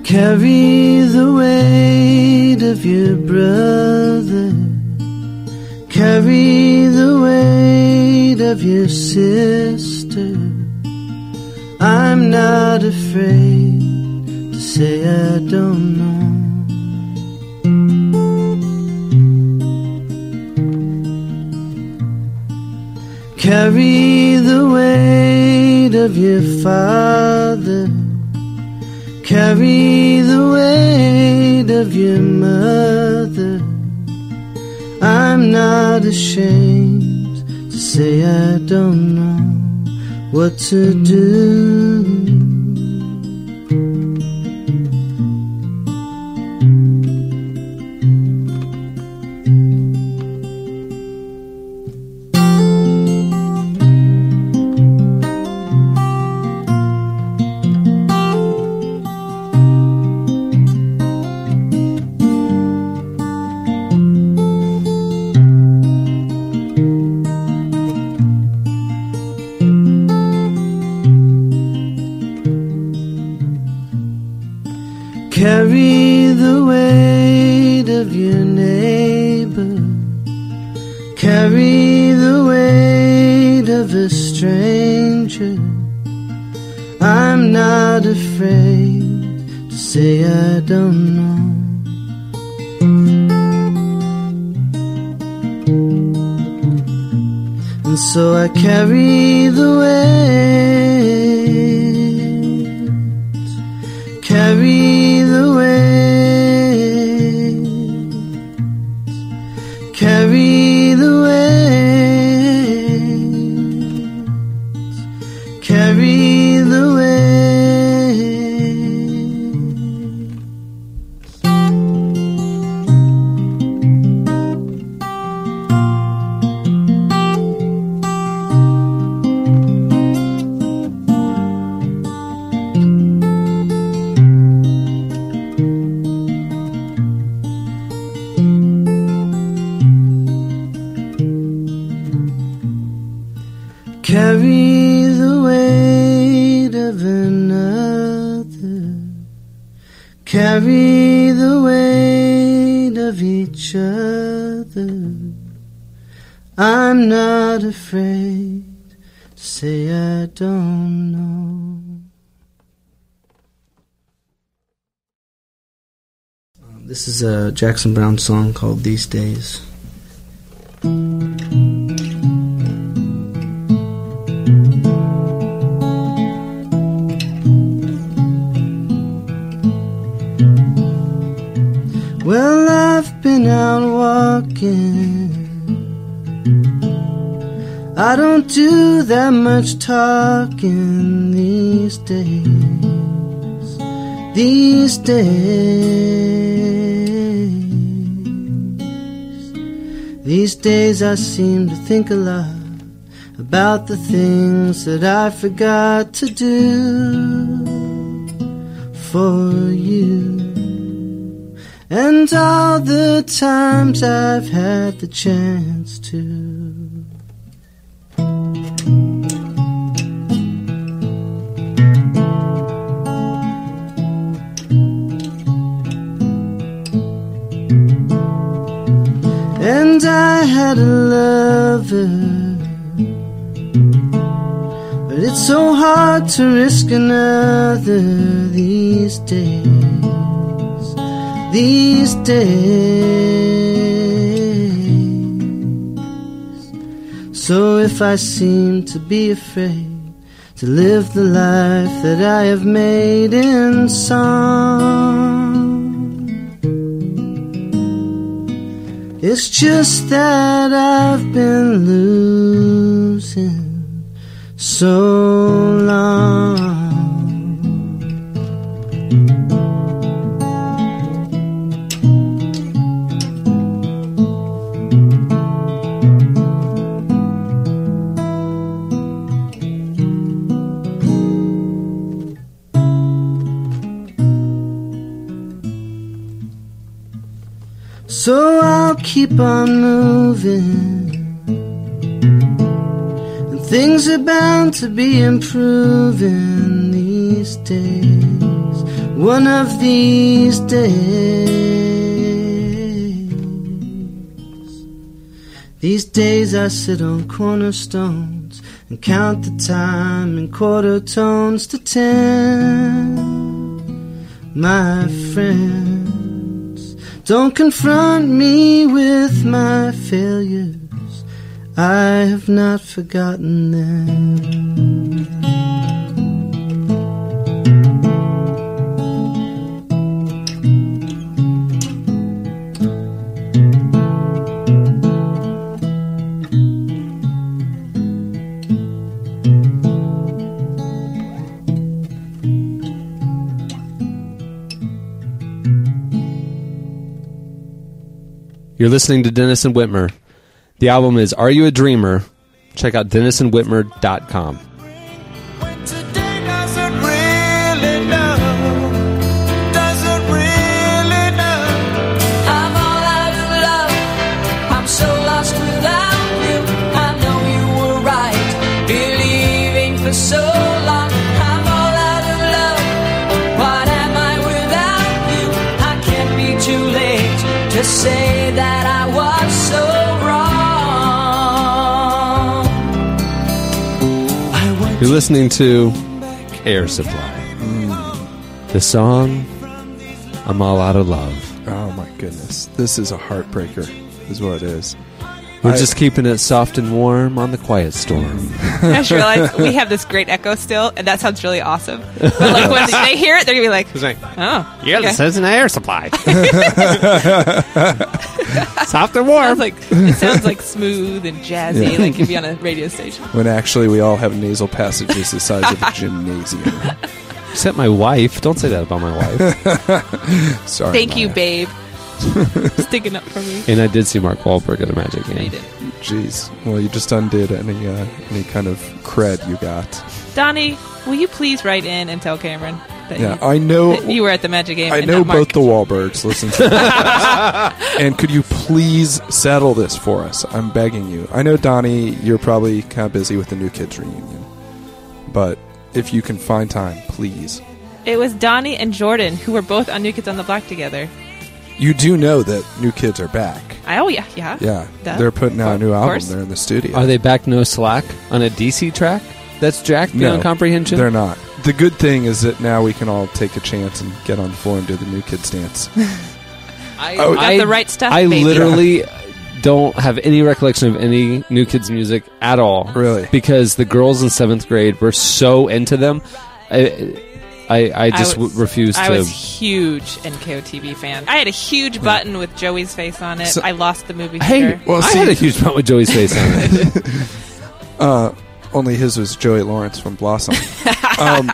Speaker 10: Carry the weight of your brother. Carry the weight of your sister. I'm not afraid to say I don't know. Carry the weight of your father. Carry the weight of your mother. I'm not ashamed to say I don't know what to do. Carry the weight of your neighbor. Carry the weight of a stranger. I'm not afraid to say I don't know. And so I carry the weight carry the weight, carry the weight, carry the weight. Carry the weight of another. Carry the weight of each other. I'm not afraid to say I don't know. Um, This is a Jackson Brown song called These Days. Well, I've been out walking. I don't do that much talking these days. These days. These days I seem to think a lot about the things that I forgot to do for you. And all the times I've had the chance to. And I had a lover. But it's so hard to risk another these days these days. So if I seem to be afraid to live the life that I have made in song, it's just that I've been losing so long. So I'll keep on moving. And things are bound to be improving these days. One of these days. These days I sit on cornerstones and count the time in quarter tones to ten. My friends. Don't confront me with my failures. I have not forgotten them.
Speaker 5: You're listening to Dennis and Whitmer. The album is Are You a Dreamer? Check out DennisandWhitmer.com.
Speaker 9: Today doesn't really know, doesn't really know.
Speaker 11: I'm all out of love. I'm so lost without you. I know you were right, believing for so long. I'm all out of love. What am I without you? I can't be too late to say that I was so wrong.
Speaker 5: You're listening to Air Supply. Mm. The song I'm All Out of Love.
Speaker 6: Oh my goodness. This is a heartbreaker, is what it is.
Speaker 5: We're
Speaker 6: I-
Speaker 5: just keeping it soft and warm on the quiet storm.
Speaker 7: I just realized we have this great echo still, and that sounds really awesome. But like when they hear it, they're gonna be like, "Oh,
Speaker 5: Yeah,
Speaker 7: okay."
Speaker 5: this is an air supply. Soft and warm.
Speaker 7: Sounds like it sounds like smooth and jazzy,
Speaker 6: Yeah.
Speaker 7: like you'd be on a radio station.
Speaker 6: When actually we all have nasal passages the size of a gymnasium.
Speaker 5: Except my wife. Don't say that about my wife.
Speaker 6: Sorry.
Speaker 7: Thank you,
Speaker 6: Maya.
Speaker 7: babe, sticking up for me.
Speaker 5: and I did see Mark Wahlberg at a Magic
Speaker 7: Yeah,
Speaker 5: Game.
Speaker 7: you did.
Speaker 6: Jeez. Well, you just undid any uh, any kind of cred you got.
Speaker 7: Donnie, will you please write in and tell Cameron that,
Speaker 6: Yeah,
Speaker 7: you,
Speaker 6: I know.
Speaker 7: that you were at the Magic Game?
Speaker 6: I
Speaker 7: and
Speaker 6: know
Speaker 7: not Mark.
Speaker 6: both the Wahlbergs listen to this. And could you please settle this for us? I'm begging you. I know, Donnie, you're probably kind of busy with the New Kids reunion. But if you can find time, please.
Speaker 7: It was Donnie and Jordan who were both on New Kids on the Block together.
Speaker 6: You do know that New Kids are back.
Speaker 7: I oh yeah yeah
Speaker 6: Yeah.
Speaker 7: Duh.
Speaker 6: They're putting out a new
Speaker 7: Of
Speaker 6: album.
Speaker 7: course.
Speaker 6: They're in the studio.
Speaker 5: Are they back no slack on a DC track? That's Jack beyond comprehension?
Speaker 6: They're not. The good thing is that now we can all take a chance and get on the floor and do the New Kids dance.
Speaker 5: I,
Speaker 6: Oh,
Speaker 7: Got the right stuff,
Speaker 5: I
Speaker 7: baby.
Speaker 5: literally don't have any recollection of any New Kids music at all.
Speaker 6: Really?
Speaker 5: Because the girls in seventh grade were so into them. I, I, I just
Speaker 7: was-
Speaker 5: w- refused
Speaker 7: I
Speaker 5: to.
Speaker 7: was huge NKOTB fan. I had a huge button with Joey's face on it.
Speaker 6: So-
Speaker 7: I lost the movie
Speaker 5: hey,
Speaker 7: theater.
Speaker 6: Well,
Speaker 5: I
Speaker 6: see-
Speaker 5: had a huge problem with Joey's face on it.
Speaker 6: Uh, only his was Joey Lawrence from Blossom. um,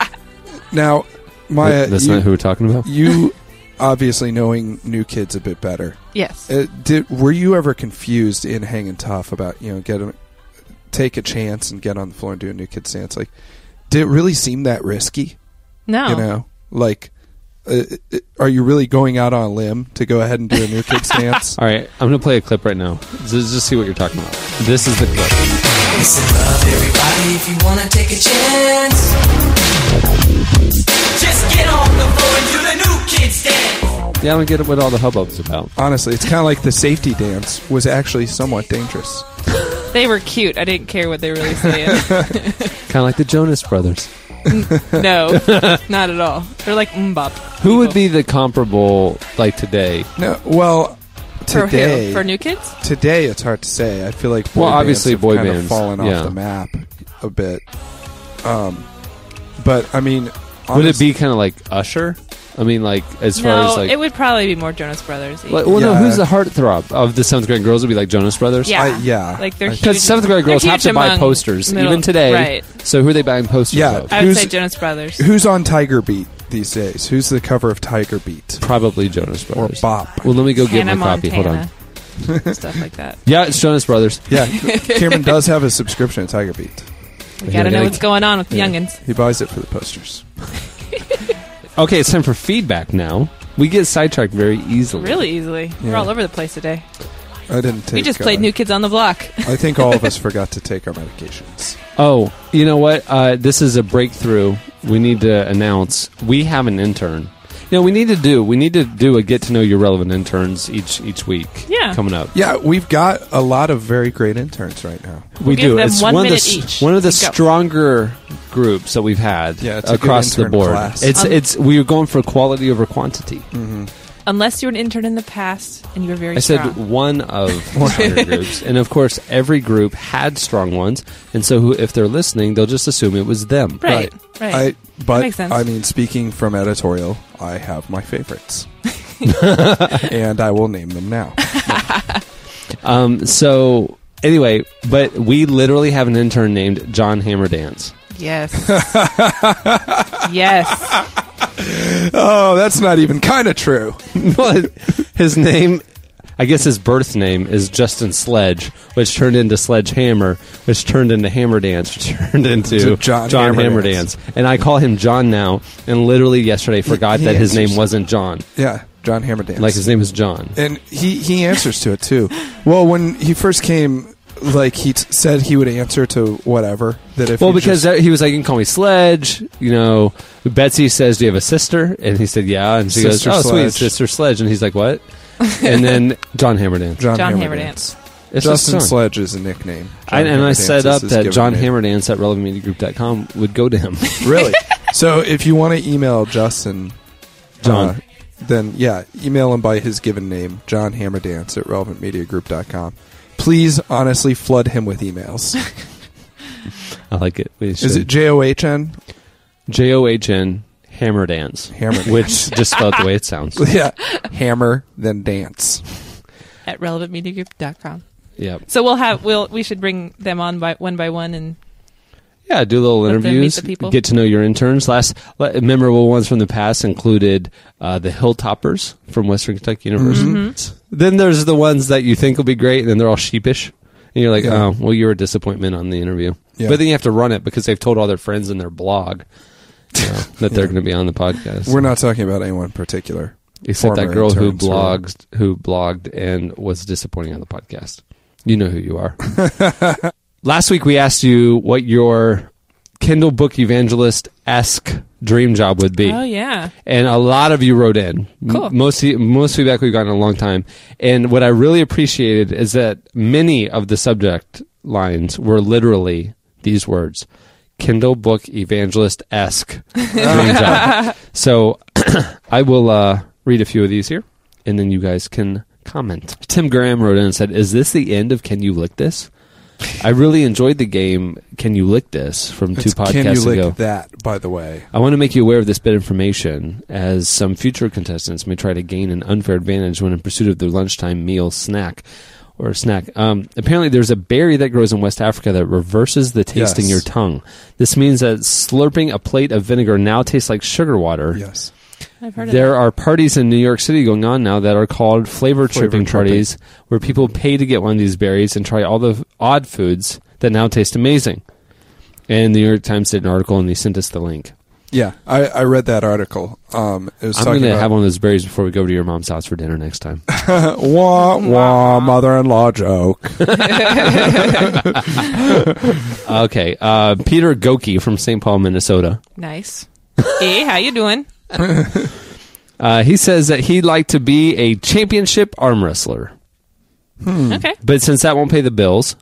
Speaker 6: now, Maya,
Speaker 5: That's
Speaker 6: you,
Speaker 5: not who we're talking about.
Speaker 6: you obviously knowing New Kids a bit better.
Speaker 7: Yes.
Speaker 6: Uh, did were you ever confused in Hanging Tough about you know get a, take a chance and get on the floor and do a New Kids dance? Like, did it really seem that risky?
Speaker 7: no.
Speaker 6: You know, like. Uh, uh, are you really going out on a limb to go ahead and do a new kids dance?
Speaker 5: All right, I'm going to play a clip right now. Just, just see what you're talking about. This is the clip.
Speaker 8: It's in love, everybody, if you wanna take a chance. Just get on the floor and do the new kids dance.
Speaker 5: Yeah, I don't get what all the hubbub's about.
Speaker 6: Honestly, it's kind of like the safety dance was actually somewhat dangerous.
Speaker 7: They were cute. I didn't care what they really said.
Speaker 5: Kind of like the Jonas Brothers.
Speaker 7: no, not at all. They're like mbop.
Speaker 5: Who would be the comparable, like today?
Speaker 6: No, well,
Speaker 7: for
Speaker 6: today
Speaker 7: who? for new kids?
Speaker 6: today it's hard to say. I feel like boy
Speaker 5: Well,
Speaker 6: bands
Speaker 5: obviously
Speaker 6: have
Speaker 5: boy
Speaker 6: kind of
Speaker 5: bands,
Speaker 6: fallen off
Speaker 5: yeah.
Speaker 6: the map a bit. Um, but I mean,
Speaker 5: Would it
Speaker 6: honestly-
Speaker 5: be kind of like Usher? I mean, like as far
Speaker 7: No,
Speaker 5: as like,
Speaker 7: it would probably be more Jonas Brothers.
Speaker 5: like well, no,
Speaker 6: Yeah.
Speaker 5: who's the heartthrob of the seventh grade girls? Would be like Jonas Brothers.
Speaker 7: yeah,
Speaker 6: I- yeah.
Speaker 7: Like they're
Speaker 5: because
Speaker 7: huge-
Speaker 5: seventh grade
Speaker 7: they're
Speaker 5: girls have
Speaker 7: huge
Speaker 5: to buy
Speaker 7: among
Speaker 5: posters
Speaker 7: middle-
Speaker 5: even today.
Speaker 7: Right.
Speaker 5: So who are they buying posters
Speaker 6: Yeah.
Speaker 5: of?
Speaker 7: I would
Speaker 6: Who's-
Speaker 7: say Jonas Brothers.
Speaker 6: who's on Tiger Beat these days? Who's the cover of Tiger Beat
Speaker 5: Probably Jonas
Speaker 6: or
Speaker 5: Brothers.
Speaker 6: Bop?
Speaker 5: well, let me go get
Speaker 7: Hannah
Speaker 5: my copy. Hold
Speaker 7: Montana.
Speaker 5: on.
Speaker 7: Stuff like that.
Speaker 5: Yeah, it's Jonas Brothers.
Speaker 6: yeah, Cameron does have a subscription to Tiger Beat.
Speaker 7: We gotta know
Speaker 5: gotta-
Speaker 7: what's going on with the
Speaker 6: Yeah.
Speaker 7: youngins.
Speaker 6: He buys it for the posters.
Speaker 5: Okay, it's time for feedback now. We get sidetracked very easily.
Speaker 7: Really easily. We're
Speaker 6: Yeah.
Speaker 7: all over the place today.
Speaker 6: I didn't take.
Speaker 7: we just
Speaker 6: uh,
Speaker 7: played New Kids on the Block.
Speaker 6: I think all of us forgot to take our medications.
Speaker 5: Oh, you know what? Uh, this is a breakthrough. We need to announce we have an intern. know, we need to do we need to do a get to know your relevant interns each each week.
Speaker 7: Yeah.
Speaker 5: coming up.
Speaker 6: Yeah, we've got a lot of very great interns right now.
Speaker 5: we
Speaker 7: We'll give
Speaker 5: do.
Speaker 7: them
Speaker 5: It's
Speaker 7: one
Speaker 5: one of the
Speaker 7: minute
Speaker 5: s-
Speaker 7: each.
Speaker 5: one of the
Speaker 7: Go.
Speaker 5: stronger groups that we've had
Speaker 6: Yeah, it's a good
Speaker 5: across the
Speaker 6: intern
Speaker 5: board.
Speaker 6: class.
Speaker 5: It's
Speaker 7: Um,
Speaker 5: it's we were going for quality over quantity. Mm-hmm.
Speaker 7: Unless you're an intern in the past and you were very
Speaker 5: I said
Speaker 7: strong.
Speaker 5: one of stronger groups, and of course, every group had strong ones, and so who, if they're listening, they'll just assume it was them.
Speaker 7: Right, Right. right.
Speaker 6: I,
Speaker 7: That
Speaker 6: but
Speaker 7: makes sense.
Speaker 6: I mean, speaking from editorial, I have my favorites, and I will name them now.
Speaker 5: Um, so anyway, but we literally have an intern named John Hammerdance.
Speaker 7: Yes. yes.
Speaker 6: Oh, that's not even kind of true.
Speaker 5: Well, his name, I guess his birth name is Justin Sledge, which turned into Sledgehammer, which turned into Hammer Dance, which turned into
Speaker 6: To John
Speaker 5: Hammer
Speaker 6: Hammerdance.
Speaker 5: Dance. And I call him John now, and literally yesterday forgot
Speaker 6: He
Speaker 5: that his
Speaker 6: answers.
Speaker 5: name wasn't John.
Speaker 6: Yeah, John Hammerdance.
Speaker 5: Like his name is John.
Speaker 6: and he he answers to it too. Well, when he first came, like he t- said he would answer to whatever that if
Speaker 5: Well,
Speaker 6: you
Speaker 5: because
Speaker 6: just-
Speaker 5: that- he was like, "You can call me Sledge." You know, Betsy says, "Do you have a sister?" And he said, "Yeah." And she
Speaker 6: Sister
Speaker 5: goes, "Oh, sweet,
Speaker 6: Sledge."
Speaker 5: sister Sledge." And he's like, "What?" and then John Hammerdance.
Speaker 6: John,
Speaker 7: John
Speaker 6: Hammerdance.
Speaker 7: Hammerdance.
Speaker 5: It's his
Speaker 6: Justin
Speaker 5: son.
Speaker 6: Sledge is a nickname.
Speaker 5: I,
Speaker 6: John
Speaker 5: and I
Speaker 6: Hammerdance
Speaker 5: set
Speaker 6: is
Speaker 5: up
Speaker 6: his
Speaker 5: that
Speaker 6: given
Speaker 5: John
Speaker 6: name.
Speaker 5: Hammerdance at relevantmediagroup.com would go to him.
Speaker 6: Really? so if you want to email Justin,
Speaker 5: John.
Speaker 6: uh, then yeah, email him by his given name, John Hammerdance at relevantmediagroup.com. Please honestly flood him with emails.
Speaker 5: I like it. We
Speaker 6: Uh, Is
Speaker 5: should-
Speaker 6: it J O H N?
Speaker 5: J O H N Hammer Dance?
Speaker 6: Hammer Dance.
Speaker 5: which just spelled the way it sounds.
Speaker 6: Yeah. Hammer, then dance.
Speaker 7: At relevantmediagroup.com.
Speaker 5: Yep.
Speaker 7: So we'll have we'll we should bring them on by one by one and
Speaker 5: Yeah, do little
Speaker 7: Let them meet
Speaker 5: interviews.
Speaker 7: the people.
Speaker 5: Get to know your interns. Last le- memorable ones from the past included uh, the Hilltoppers from Western Kentucky University.
Speaker 7: Mm-hmm.
Speaker 5: Mm-hmm. Then there's the ones that you think will be great, and then they're all sheepish, and you're like,
Speaker 6: Yeah.
Speaker 5: "Oh, well, you're a disappointment on the interview."
Speaker 6: Yeah.
Speaker 5: But then you have to run it because they've told all their friends in their blog you know, that they're going to be on the podcast.
Speaker 6: We're not talking about anyone in particular.
Speaker 5: except that
Speaker 6: former
Speaker 5: girl who
Speaker 6: interns or-
Speaker 5: blogged, who blogged and was disappointing on the podcast. You know who you are. Last week we asked you what your Kindle book evangelist esque dream job would be.
Speaker 7: Oh yeah.
Speaker 5: And a lot of you wrote in. M-
Speaker 7: Cool.
Speaker 5: most, e- most feedback we've gotten in a long time. And what I really appreciated is that many of the subject lines were literally these words Kindle book evangelist esque dream job. So I will uh, read a few of these here, and then you guys can comment. Tim Graham wrote in and said, Is this the end of Can You Lick This? I really enjoyed the game Can You Lick This from two
Speaker 6: It's
Speaker 5: podcasts
Speaker 6: Can you lick
Speaker 5: ago.
Speaker 6: that, by the way?
Speaker 5: I want to make you aware of this bit of information, as some future contestants may try to gain an unfair advantage when in pursuit of their lunchtime meal snack or snack. Um, apparently, there's a berry that grows in West Africa that reverses the taste in
Speaker 6: Yes.
Speaker 5: your tongue. This means that slurping a plate of vinegar now tastes like sugar water.
Speaker 6: Yes.
Speaker 7: I've heard of
Speaker 5: There are parties in New York City going on now that are called flavor, tripping
Speaker 6: tripping.
Speaker 5: parties, where people pay to get one of these berries and try all the f- odd foods that now taste amazing. And the New York Times did an article, and they sent us the link.
Speaker 6: Yeah, I, I read that article. Um, it was
Speaker 5: I'm
Speaker 6: talking
Speaker 5: going to
Speaker 6: about
Speaker 5: have one of those berries before we go over to your mom's house for dinner next time.
Speaker 6: wah wah mother-in-law joke.
Speaker 5: okay. Uh, Peter Goki from St. Paul, Minnesota.
Speaker 7: Nice. hey, how you doing?
Speaker 5: Uh, he says that he'd like to be a championship arm wrestler.
Speaker 7: Okay.
Speaker 5: But since that won't pay the bills,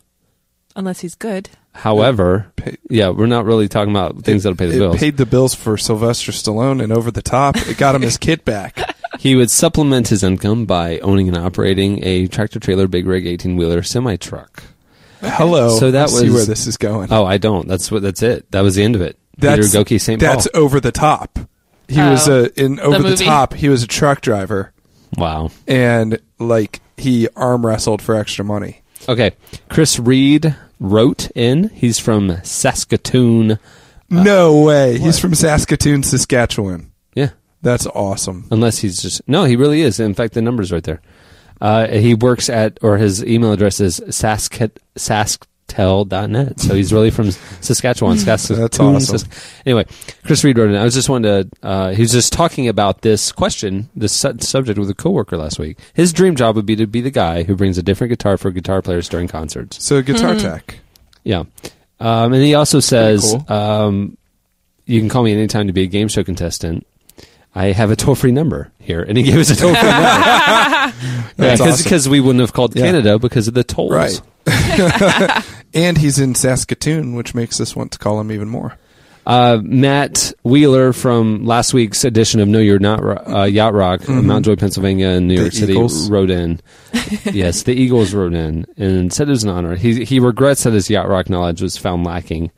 Speaker 7: Unless he's good.
Speaker 5: however,
Speaker 6: Pay-
Speaker 5: yeah, we're not really talking about things that'll pay the
Speaker 6: it
Speaker 5: bills.
Speaker 6: paid the bills for Sylvester Stallone, and over the top, it got him his kid back.
Speaker 5: he would supplement his income by owning and operating a tractor trailer, big rig, 18 wheeler, semi truck.
Speaker 6: Hello.
Speaker 5: So that
Speaker 6: I see
Speaker 5: was-
Speaker 6: where this is going.
Speaker 5: Oh, I don't. That's what. That's it. That was the end of it.
Speaker 6: that's
Speaker 5: Peter Goki, St. Paul.
Speaker 6: That's over the top. He was
Speaker 7: Oh.
Speaker 6: a in over the,
Speaker 7: movie.
Speaker 6: top. He was a truck driver,
Speaker 5: wow.
Speaker 6: and like he arm wrestled for extra money.
Speaker 5: Okay. Chris Reed wrote in. He's from Saskatoon.
Speaker 6: no way. He's from Saskatoon, Saskatchewan.
Speaker 5: Yeah.
Speaker 6: That's awesome.
Speaker 5: Unless he's just no, he really is. In fact, the number's right there. Uh, he works at or his email address is sasket sasktel.net. So he's really from Saskatchewan, Saskatoon.
Speaker 6: That's awesome.
Speaker 5: Sas- anyway, Chris Reed wrote it. I was just wanted to. Uh, he was just talking about this question, this su- subject with a coworker last week. His dream job would be to be the guy who brings a different guitar for guitar players during concerts.
Speaker 6: So guitar tech.
Speaker 5: Yeah. Um, and he also says,
Speaker 6: Pretty cool.
Speaker 5: um, you can call me anytime to be a game show contestant. I have a toll free number here. And he gave us a toll free number.
Speaker 6: That's awesome.
Speaker 5: Because we wouldn't have called
Speaker 6: Yeah.
Speaker 5: Canada because of the tolls.
Speaker 6: Right. and he's in Saskatoon, which makes us want to call him even more.
Speaker 5: Uh, Matt Wheeler from last week's edition of No You're Not Ro- uh, Yacht Rock,
Speaker 6: Mhm.
Speaker 5: Mount Joy, Pennsylvania, and New
Speaker 6: The
Speaker 5: York City,
Speaker 6: Eagles.
Speaker 5: wrote in. yes, the Eagles wrote in and said it was an honor. He, he regrets that his Yacht Rock knowledge was found lacking.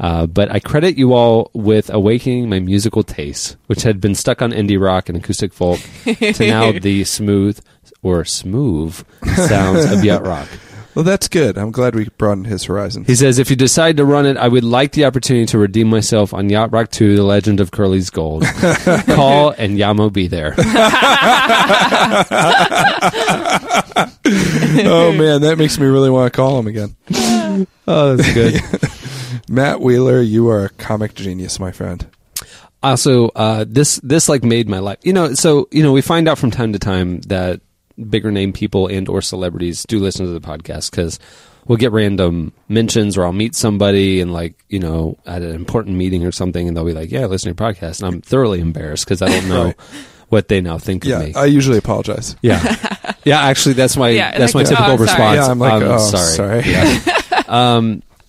Speaker 5: Uh, but I credit you all with awakening my musical taste, which had been stuck on indie rock and acoustic folk, to now the smooth or smooth sounds of yacht rock.
Speaker 6: Well, that's good. I'm glad we broadened his horizon.
Speaker 5: He says, if you decide to run it, I would like the opportunity to redeem myself on Yacht Rock 2, The Legend of Curly's Gold. Call and Yamo be there.
Speaker 6: oh man, that makes me really want to call him again.
Speaker 5: Oh, that's good.
Speaker 6: Matt Wheeler, you are a comic genius, my friend.
Speaker 5: also, uh, this, this like made my life, you know, so, you know, we find out from time to time that bigger name people and or celebrities do listen to the podcast because we'll get random mentions or I'll meet somebody and like, you know, at an important meeting or something and they'll be like, yeah, I listen to your podcast. And I'm thoroughly embarrassed because I don't know
Speaker 6: Right.
Speaker 5: what they now think
Speaker 6: Yeah,
Speaker 5: of me.
Speaker 6: I usually apologize.
Speaker 5: Yeah. Yeah, actually that's my
Speaker 7: Yeah,
Speaker 5: that's
Speaker 7: like,
Speaker 5: my
Speaker 7: oh,
Speaker 5: typical
Speaker 7: I'm sorry.
Speaker 5: response. Um,
Speaker 6: yeah, I'm like,
Speaker 5: sorry.
Speaker 6: oh, sorry.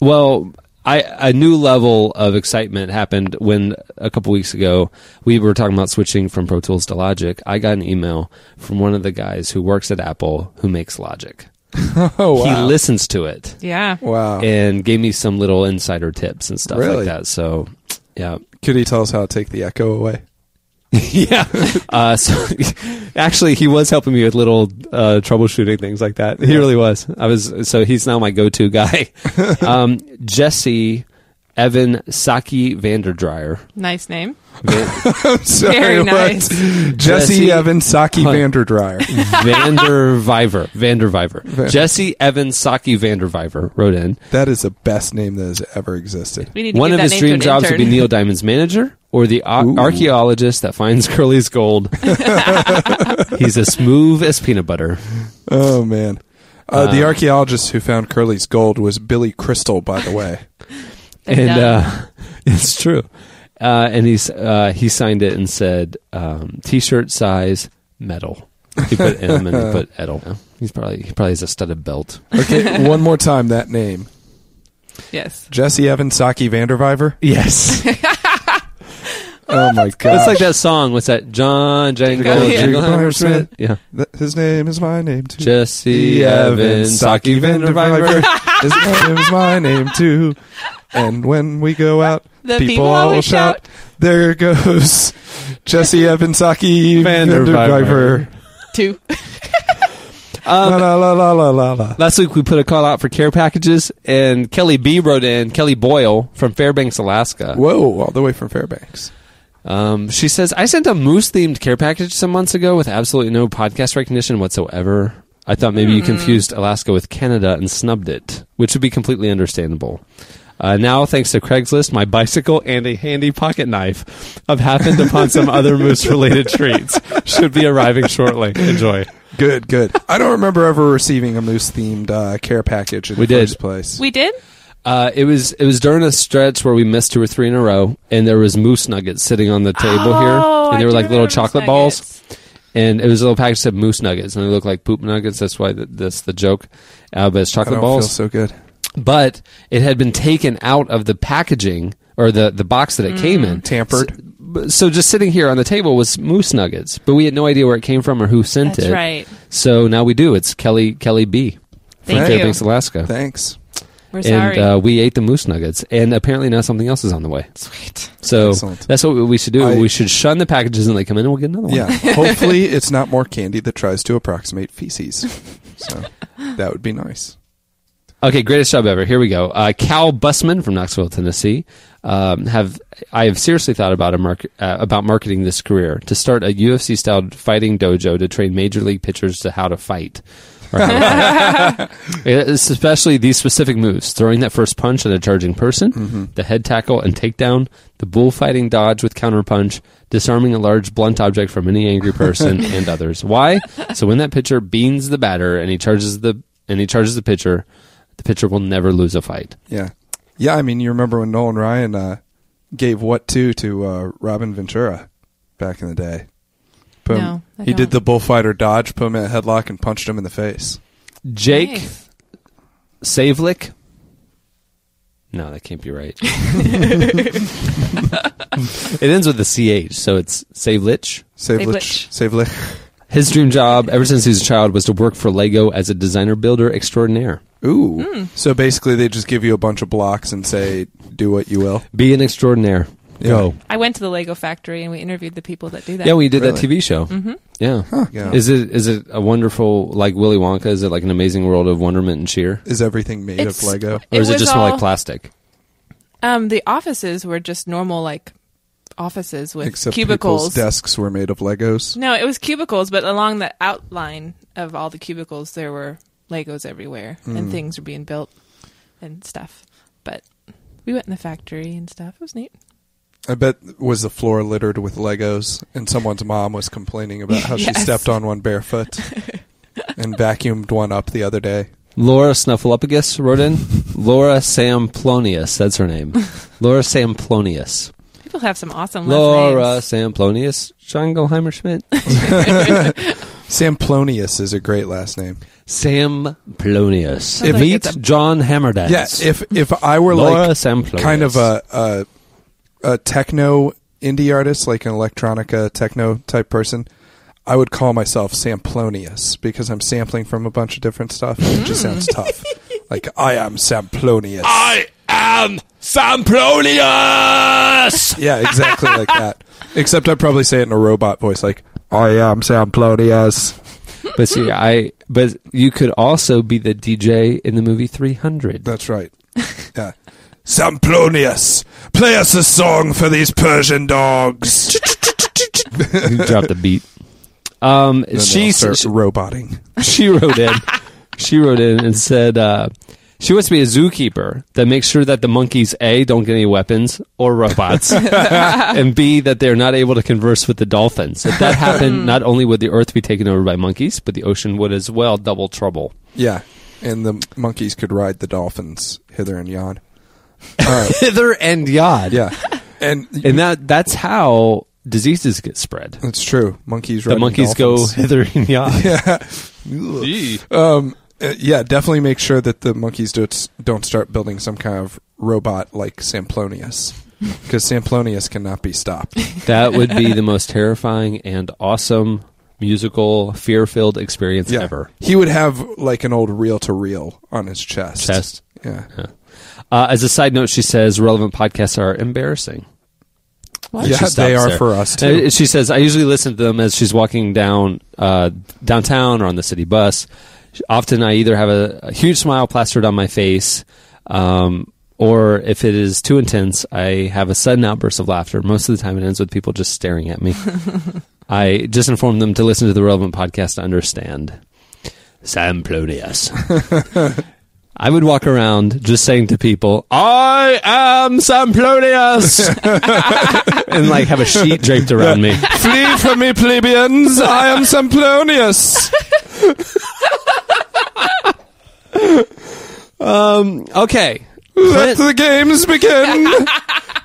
Speaker 5: Well, I a new level of excitement happened when a couple weeks ago we were talking about switching from Pro Tools to Logic. I got an email from one of the guys who works at Apple who makes Logic.
Speaker 6: Oh wow,
Speaker 5: He listens to it
Speaker 7: Yeah.
Speaker 6: wow.
Speaker 5: and gave me some little insider tips and stuff
Speaker 6: Really?
Speaker 5: like that. So, yeah.
Speaker 6: Could he tell us how to take the echo away?
Speaker 5: yeah. Uh, so actually, he was helping me with little uh, troubleshooting things like that. He really was. I was so he's now my go-to guy. um, Jesse Evan Saki Vanderdryer.
Speaker 7: Nice name.
Speaker 5: Van-
Speaker 6: Sorry,
Speaker 7: Very
Speaker 6: what?
Speaker 7: nice.
Speaker 6: Jesse,
Speaker 5: Jesse-
Speaker 6: Evans Saki
Speaker 5: Huh.
Speaker 6: Vanderdryer.
Speaker 5: Vanderviver. Vanderviver. Jesse Evan Saki Vanderviver wrote in.
Speaker 6: That is the best name that has ever existed.
Speaker 7: We need to
Speaker 5: One
Speaker 7: give
Speaker 5: of his
Speaker 7: that name
Speaker 5: dream
Speaker 7: to an
Speaker 5: jobs would be
Speaker 7: intern.
Speaker 5: Neil Diamond's manager or the ar- archaeologist that finds Curly's gold. he's as smooth as peanut butter.
Speaker 6: Oh man. Uh, the archaeologist who found Curly's gold was Billy Crystal, by the way.
Speaker 5: and
Speaker 7: done.
Speaker 5: uh, it's true. Uh, and he's uh, he signed it and said um, t-shirt size metal. He put M and he put Edel. He's probably he probably has a studded belt.
Speaker 6: Okay, one more time that name.
Speaker 7: Yes.
Speaker 6: Jesse Evans Saki Vanderviver.
Speaker 5: Yes, it's
Speaker 6: Oh my god.
Speaker 5: like that song. What's that? John Django
Speaker 7: Yeah.
Speaker 5: Jingle Hammer Smith.
Speaker 6: Smith.
Speaker 5: Yeah,
Speaker 6: Th- His name is my name too.
Speaker 5: Jesse Evans Saki Vanderviver.
Speaker 6: His name is my name too. And when we go out,
Speaker 7: The
Speaker 6: people,
Speaker 7: people
Speaker 6: all
Speaker 7: always
Speaker 6: shout,
Speaker 7: shout.
Speaker 6: "There goes Jesse Evans Saki
Speaker 5: Vanderviver.
Speaker 6: Vanderviver!"
Speaker 7: Two.
Speaker 5: Um,
Speaker 6: La la la la la la la.
Speaker 5: Last week we put a call out for care packages, and Kelly B wrote in Kelly Boyle from Fairbanks, Alaska.
Speaker 6: Whoa! All the way from Fairbanks.
Speaker 5: Um, she says, I sent a moose themed care package some months ago with absolutely no podcast recognition whatsoever. I thought maybe
Speaker 7: Mm-hmm.
Speaker 5: you confused Alaska with Canada and snubbed it, which would be completely understandable. Uh, now, thanks to Craigslist, my bicycle and a handy pocket knife have happened upon some other moose related treats. Should be arriving shortly. Enjoy.
Speaker 6: Good, good. I don't remember ever receiving a moose themed uh, care package in
Speaker 5: We
Speaker 6: the
Speaker 5: did.
Speaker 6: first place.
Speaker 7: We did?
Speaker 5: Uh, it was it was during a stretch where we missed two or three in a row, and there was moose nuggets sitting on the table
Speaker 7: Oh,
Speaker 5: here, and they
Speaker 7: I
Speaker 5: were
Speaker 7: do
Speaker 5: like little
Speaker 7: remember
Speaker 5: chocolate
Speaker 7: those
Speaker 5: balls.
Speaker 7: nuggets.
Speaker 5: and it was a little package that said moose nuggets, and they look like poop nuggets. That's why th- that's the joke. Uh, but it's
Speaker 6: I
Speaker 5: chocolate
Speaker 6: don't
Speaker 5: balls.
Speaker 6: feel so good.
Speaker 5: but it had been taken out of the packaging or the the box that it came in,
Speaker 6: Tampered.
Speaker 5: So,
Speaker 7: Mm.
Speaker 5: but- so just sitting here on the table was moose nuggets, but we had no idea where it came from or who sent
Speaker 7: That's
Speaker 5: it.
Speaker 7: right.
Speaker 5: So now we do. It's Kelly Kelly B. From
Speaker 7: Thank you.
Speaker 5: Fairbanks, Alaska,
Speaker 6: Thanks.
Speaker 7: We're
Speaker 5: and
Speaker 7: sorry.
Speaker 5: uh, we ate the moose nuggets, and apparently now something else is on the way.
Speaker 7: Sweet.
Speaker 5: So
Speaker 6: Excellent.
Speaker 5: that's what we should do.
Speaker 6: I-
Speaker 5: we should shun the packages when they come in, and we'll get another one.
Speaker 6: Yeah. Hopefully, it's not more candy that tries to approximate feces. So that would be nice.
Speaker 5: Okay, greatest job ever. Here we go. Uh, Cal Busman from Knoxville, Tennessee. Um, have I have seriously thought about a mark, uh, about marketing this career to start a UFC style fighting dojo to train major league pitchers to how to fight. Or how to fight. It's especially these specific moves: throwing that first punch at a charging person, the head tackle and takedown, the bullfighting dodge with counterpunch, disarming a large blunt object from any angry person, and others. Why? So when that pitcher beans the batter and he charges the and he charges the pitcher, the pitcher will never lose a fight.
Speaker 6: Yeah. Yeah. I mean, you remember when Nolan Ryan uh, gave what to to uh, Robin Ventura? back in the day. Boom.
Speaker 7: No, I
Speaker 6: he did
Speaker 7: don't.
Speaker 6: the bullfighter dodge, put him in a headlock, and punched him in the face.
Speaker 5: Jake
Speaker 7: Nice.
Speaker 5: Savelick. No, that can't be right. it ends with a ch, so it's Savelich.
Speaker 6: Save
Speaker 7: Savlich.
Speaker 6: Lich. Save Lich.
Speaker 5: His dream job, ever since he was a child, was to work for Lego as a designer builder extraordinaire.
Speaker 6: Ooh.
Speaker 7: Hmm.
Speaker 6: So basically, they just give you a bunch of blocks and say, do what you will.
Speaker 5: Be an extraordinaire. Go.
Speaker 7: I went to the Lego factory and we interviewed the people that do that.
Speaker 5: Yeah, we did that
Speaker 6: Really?
Speaker 5: TV show. Mm-hmm. Yeah.
Speaker 6: Yeah.
Speaker 5: Is it is it a wonderful like Willy Wonka? Is it like an amazing world of wonderment and cheer,
Speaker 6: Is everything made
Speaker 7: It's-
Speaker 6: of Lego?
Speaker 5: or is it,
Speaker 7: was
Speaker 5: just more
Speaker 7: all-
Speaker 5: like plastic?
Speaker 7: Um, the offices were just normal like offices with
Speaker 6: Except people's
Speaker 7: cubicles.
Speaker 6: desks were made of Legos.
Speaker 7: No, it was cubicles, but along the outline of all the cubicles, there were Legos everywhere,
Speaker 5: Hmm.
Speaker 7: and things were being built and stuff. But we went in the factory and stuff. It was neat.
Speaker 6: I bet was the floor littered with Legos, and someone's mom was complaining about how she
Speaker 7: Yes.
Speaker 6: stepped on one barefoot and vacuumed one up the other day.
Speaker 5: Laura Snuffleupagus wrote in. Laura Samplonius, that's her name. Laura Samplonius.
Speaker 7: People have some awesome last
Speaker 5: Laura
Speaker 7: names.
Speaker 5: Samplonius Schangelheimer Schmidt.
Speaker 6: Samplonius is a great last name.
Speaker 5: Samplonius.
Speaker 7: Sounds like
Speaker 5: Meet
Speaker 7: it's a-
Speaker 5: John Hammerdance.
Speaker 6: Yes, if if I were
Speaker 5: Laura
Speaker 6: like
Speaker 5: Samplonius.
Speaker 6: kind of a, a a techno indie artist, like an electronica techno type person, I would call myself Samplonius because I'm sampling from a bunch of different stuff. And it just sounds tough. Like I am Samplonius.
Speaker 5: am Samplonius.
Speaker 6: Yeah, exactly like that. Except I'd probably say it in a robot voice, like I am Samplonius.
Speaker 5: but see, I but you could also be the DJ in the movie 300.
Speaker 6: That's right. Yeah. Samplonius, play us a song for these Persian dogs.
Speaker 5: you dropped the beat. Um, she,
Speaker 6: She's roboting.
Speaker 5: she wrote in. she wrote in and said uh, she wants to be a zookeeper that makes sure that the monkeys a don't get any weapons or robots, and b that they're not able to converse with the dolphins. If that happened, not only would the Earth be taken over by monkeys, but the ocean would as well. Double trouble.
Speaker 6: Yeah, and the monkeys could ride the dolphins hither and yon. Uh,
Speaker 5: Hither and yod.
Speaker 6: yeah, and
Speaker 5: and that that's how diseases get spread.
Speaker 6: that's true. Monkeys.
Speaker 5: The
Speaker 6: riding
Speaker 5: monkeys
Speaker 6: dolphins.
Speaker 5: go hither and yod.
Speaker 6: Yeah. um, uh, yeah, definitely make sure that the monkeys don't, don't start building some kind of robot like Samplonius. Because Samplonius cannot be stopped.
Speaker 5: That would be the most terrifying and awesome musical fear filled experience
Speaker 6: Yeah.
Speaker 5: ever.
Speaker 6: He would have like an old reel to reel on his chest.
Speaker 5: Chest.
Speaker 6: Yeah.
Speaker 5: Uh, as a side note, she says relevant podcasts are embarrassing.
Speaker 6: Yeah,
Speaker 5: She stops
Speaker 6: they are
Speaker 5: there.
Speaker 6: for us too.
Speaker 5: Uh, She says, I usually listen to them as she's walking down uh, downtown or on the city bus. Often I either have a, a huge smile plastered on my face, um, or if it is too intense, I have a sudden outburst of laughter. Most of the time, it ends with people just staring at me. I just inform them to listen to the relevant podcast to understand. Samplonius. I would walk around just saying to people, I am Samplonius! and like have a sheet draped around me.
Speaker 6: Flee from me, plebeians! I am Samplonius!
Speaker 5: Okay.
Speaker 6: Let the games begin!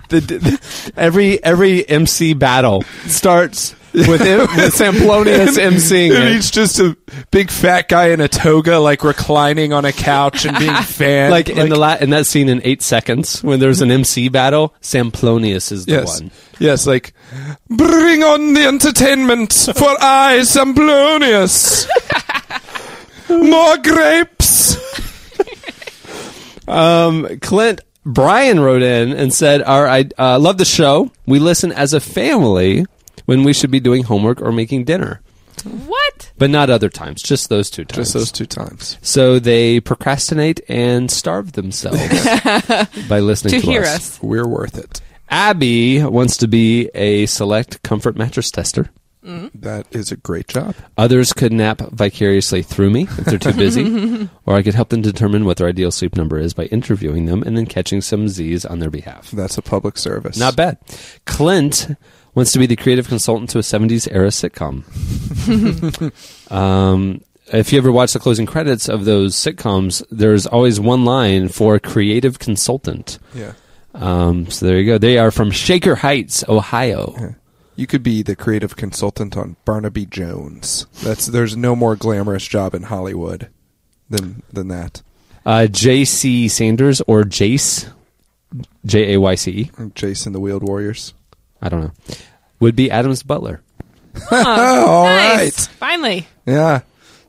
Speaker 5: The- the- every every MC battle starts with, him, with Samplonius emceeing
Speaker 6: And
Speaker 5: it.
Speaker 6: he's just a big fat guy in a toga, like reclining on a couch and being fanned.
Speaker 5: Like, in the la- in that scene in eight seconds when there's an MC battle, Samplonius is the
Speaker 6: Yes.
Speaker 5: one.
Speaker 6: Yes, like bring on the entertainment for I Samplonius. More grapes.
Speaker 5: Clint Brian wrote in and said, "Our I uh, love the show. We listen as a family when we should be doing homework or making dinner,
Speaker 7: What?
Speaker 5: but not other times. Just those two times.
Speaker 6: Just those two times.
Speaker 5: So they procrastinate and starve themselves by listening
Speaker 7: To
Speaker 5: to,
Speaker 7: hear
Speaker 5: us.
Speaker 7: us.
Speaker 6: We're worth it.
Speaker 5: Abby wants to be a select comfort mattress tester.
Speaker 6: That is a great job.
Speaker 5: Others could nap vicariously through me if they're too busy, or I could help them determine what their ideal sleep number is by interviewing them and then catching some Z's on their behalf.
Speaker 6: That's a public service.
Speaker 5: Not bad. Clint wants to be the creative consultant to a 70s era sitcom. um, if you ever watch the closing credits of those sitcoms, there's always one line for creative consultant.
Speaker 6: Yeah.
Speaker 5: Um, so there you go. They are from Shaker Heights, Ohio.
Speaker 6: You could be the creative consultant on Barnaby Jones. That's there's no more glamorous job in Hollywood than than that.
Speaker 5: Uh, J.C. Sanders or Jace, J A Y C E.
Speaker 6: Jason the Wheeled Warriors.
Speaker 5: I don't know. Would be Adam's butler.
Speaker 7: Oh,
Speaker 6: All
Speaker 7: nice. Finally.
Speaker 6: Yeah,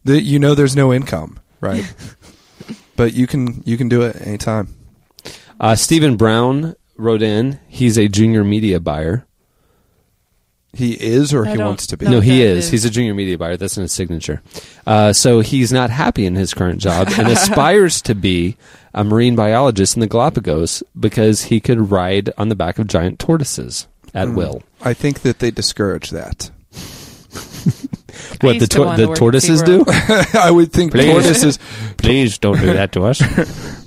Speaker 6: the, you know there's no income, right? but you can you can do it anytime.
Speaker 5: Uh, Stephen Brown Rodin. He's a junior media buyer.
Speaker 6: He is, or
Speaker 5: I
Speaker 6: he
Speaker 5: don't
Speaker 6: wants to be.
Speaker 5: No, he is. He's a junior media buyer. That's in his signature. Uh, so he's not happy in his current job and aspires to be a marine biologist in the Galapagos because he could ride on the back of giant tortoises at
Speaker 6: Mm.
Speaker 5: will.
Speaker 6: I think that they discourage that.
Speaker 5: What the, tor- the tortoises do?
Speaker 6: I would think
Speaker 5: Please.
Speaker 6: tortoises.
Speaker 5: Please don't do that to us.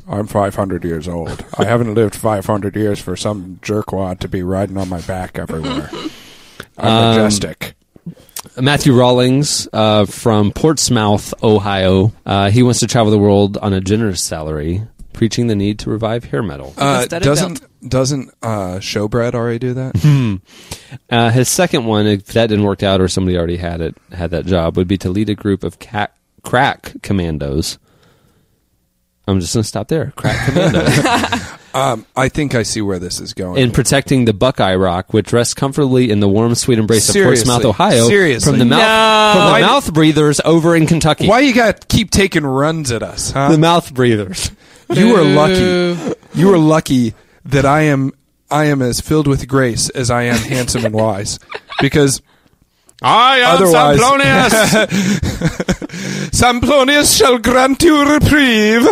Speaker 6: I'm 500 years old. I haven't lived 500 years for some jerkwad to be riding on my back everywhere. I'm
Speaker 5: Um,
Speaker 6: majestic.
Speaker 5: Matthew Rawlings uh, from Portsmouth, Ohio. Uh, he wants to travel the world on a generous salary, preaching the need to revive hair metal.
Speaker 6: Uh, doesn't doesn't uh, Showbread already do that?
Speaker 5: Hmm. Uh, his second one, if that didn't work out or somebody already had it, had that job, would be to lead a group of cat, crack commandos. I'm just going to stop there. Crack commandos.
Speaker 6: um, I think I see where this is going.
Speaker 5: in protecting the Buckeye Rock, which rests comfortably in the warm, sweet embrace
Speaker 6: Seriously.
Speaker 5: of Portsmouth, Ohio,
Speaker 6: Seriously.
Speaker 5: from the mouth
Speaker 6: No.
Speaker 5: from
Speaker 6: Why-
Speaker 5: the mouth breathers over in Kentucky.
Speaker 6: Why you got to keep taking runs at us, huh?
Speaker 5: The mouth breathers.
Speaker 6: You are lucky. You are lucky that I am I am as filled with grace as I am handsome and wise, because
Speaker 5: I
Speaker 12: am
Speaker 6: Samplonius. Samplonius shall grant you reprieve.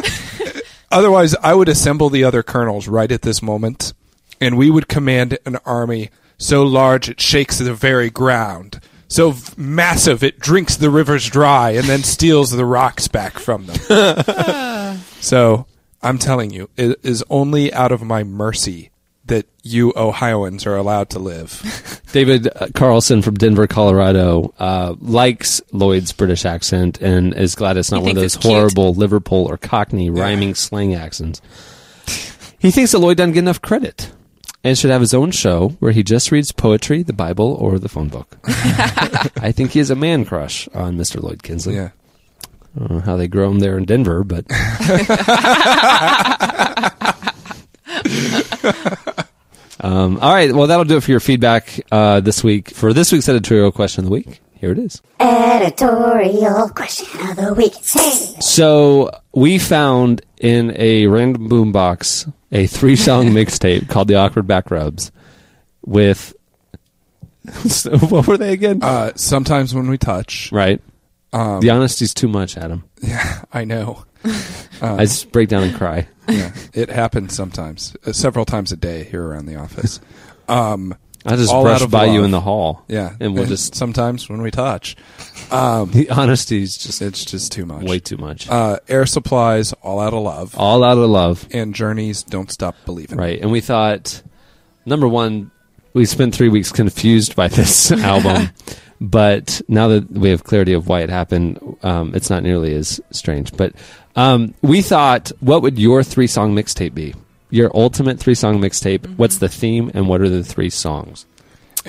Speaker 6: Otherwise, I would assemble the other colonels right at this moment, and we would command an army so large it shakes the very ground, so v- massive it drinks the rivers dry and then steals the rocks back from them. so, I'm telling you, it is only out of my mercy that you Ohioans are allowed to live.
Speaker 5: David uh, Carlson from Denver, Colorado, uh, likes Lloyd's British accent and is glad it's not
Speaker 6: He
Speaker 5: one of
Speaker 6: thinks
Speaker 5: those
Speaker 6: it's cute.
Speaker 5: horrible Liverpool or Cockney rhyming slang accents. He thinks that Lloyd doesn't get enough credit and should have his own show where he just reads poetry, the Bible, or the phone book. I think he has a man crush on Mr. Lloyd Kinsley.
Speaker 6: Yeah.
Speaker 5: I don't know how they grow him there in Denver, but. um, all right. Well, that'll do it for your feedback uh, this week. For this week's editorial question of the week, here it is.
Speaker 13: Editorial question of the week.
Speaker 5: So we found in a random boombox a three song mixtape called The Awkward Back Rubs with So what were they again?
Speaker 6: Uh, sometimes when we touch,
Speaker 5: right.
Speaker 6: Um,
Speaker 5: the honesty's too much, Adam.
Speaker 6: Yeah, I know. Um,
Speaker 5: I just break down and cry.
Speaker 6: yeah, it happens sometimes, uh, several times a day here around the office. Um,
Speaker 5: I just
Speaker 6: all
Speaker 5: brush
Speaker 6: out of
Speaker 5: by you
Speaker 6: love.
Speaker 5: in the hall.
Speaker 6: Yeah,
Speaker 5: And we'll just-
Speaker 6: sometimes when we touch. Um,
Speaker 5: the honesty's just
Speaker 6: it's just too much,
Speaker 5: way too much.
Speaker 6: Uh, air supplies, all out of love,
Speaker 5: All out of love.
Speaker 6: and journeys don't stop believing.
Speaker 5: Right. And we thought, number one, we spent three weeks confused by this album. but now that we have clarity of why it happened, um, it's not nearly as strange. But um, we thought, what would your three song mixtape be? Your ultimate three song mixtape.
Speaker 6: Mm-hmm.
Speaker 5: What's the theme and what are the three songs?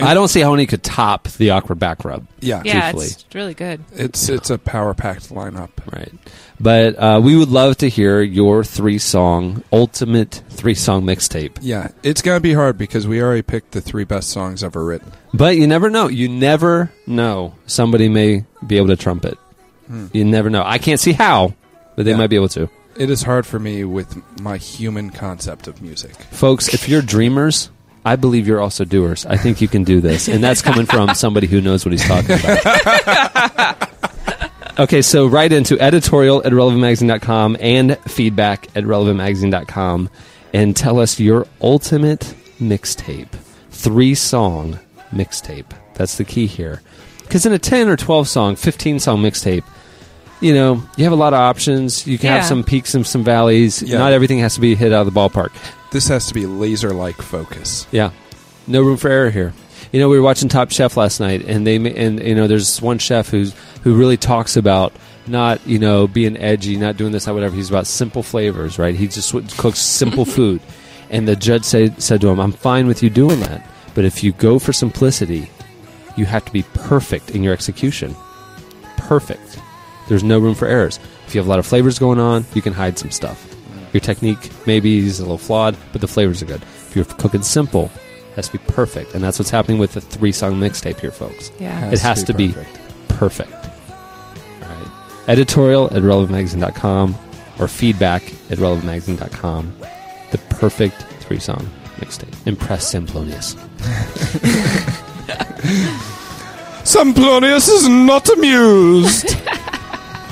Speaker 5: I don't see how any could top the awkward back rub.
Speaker 6: Yeah,
Speaker 7: Yeah,
Speaker 5: truthfully.
Speaker 7: it's really good.
Speaker 6: It's it's a power packed lineup.
Speaker 5: Right. But uh, we would love to hear your three song ultimate three song mixtape.
Speaker 6: Yeah, it's gonna be hard because we already picked the three best songs ever written.
Speaker 5: But you never know. You never know. Somebody may be able to trump it.
Speaker 6: Hmm.
Speaker 5: You never know. I can't see how, but they might be able to.
Speaker 6: It is hard for me with my human concept of music.
Speaker 5: Folks, if you're dreamers, I believe you're also doers. I think you can do this. And that's coming from somebody who knows what he's talking about. okay, so write into editorial at relevantmagazine.com and feedback at relevantmagazine.com and tell us your ultimate mixtape. Three song mixtape. That's the key here. Because in a 10 or 12 song, 15 song mixtape, you know, you have a lot of options. You can have
Speaker 6: Yeah.
Speaker 5: some peaks and some valleys.
Speaker 6: Yeah.
Speaker 5: Not everything has to be hit out of the ballpark.
Speaker 6: This has to be laser like focus.
Speaker 5: Yeah, no room for error here. You know, we were watching Top Chef last night, and they ma- and you know, there's one chef who's who really talks about not you know being edgy, not doing this, not whatever. He's about simple flavors, right? He just w- cooks simple food, and the judge said said to him, "I'm fine with you doing that, but if you go for simplicity, you have to be perfect in your execution. Perfect. There's no room for errors. If you have a lot of flavors going on, you can hide some stuff. Your technique maybe is a little flawed, but the flavors are good. If you're cooking simple, it has to be perfect, and that's what's happening with the three song mixtape here, folks.
Speaker 7: Yeah.
Speaker 5: it has to be perfect. All right. Editorial at relevantmagazine.com or feedback at relevantmagazine.com. The perfect three song mixtape. Impress Simplonius.
Speaker 6: Simplonius is not amused.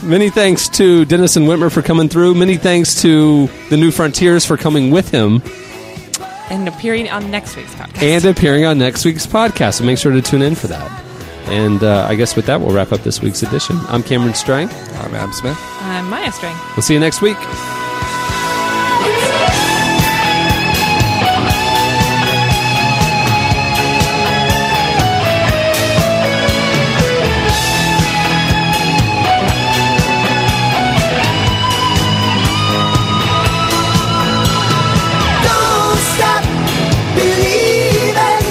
Speaker 5: Many thanks to Dennis and Whitmer for coming through. Many thanks to the New Frontiers for coming with him
Speaker 7: and appearing on next week's podcast.
Speaker 5: and appearing on next week's podcast. So make sure to tune in for that. And uh, I guess with that, we'll wrap up this week's edition. I'm Cameron Strang.
Speaker 6: I'm Adam Smith.
Speaker 7: I'm Uh, Maya String.
Speaker 5: We'll see you next week.
Speaker 8: Don't stop believing.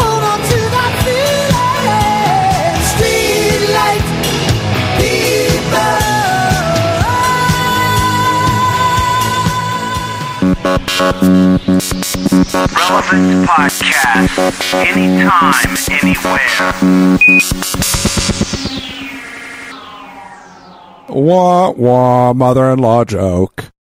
Speaker 8: Hold on to that feeling. Streetlight
Speaker 2: Relevant Podcast. Anytime, anywhere.
Speaker 6: Wah wah, mother-in-law joke.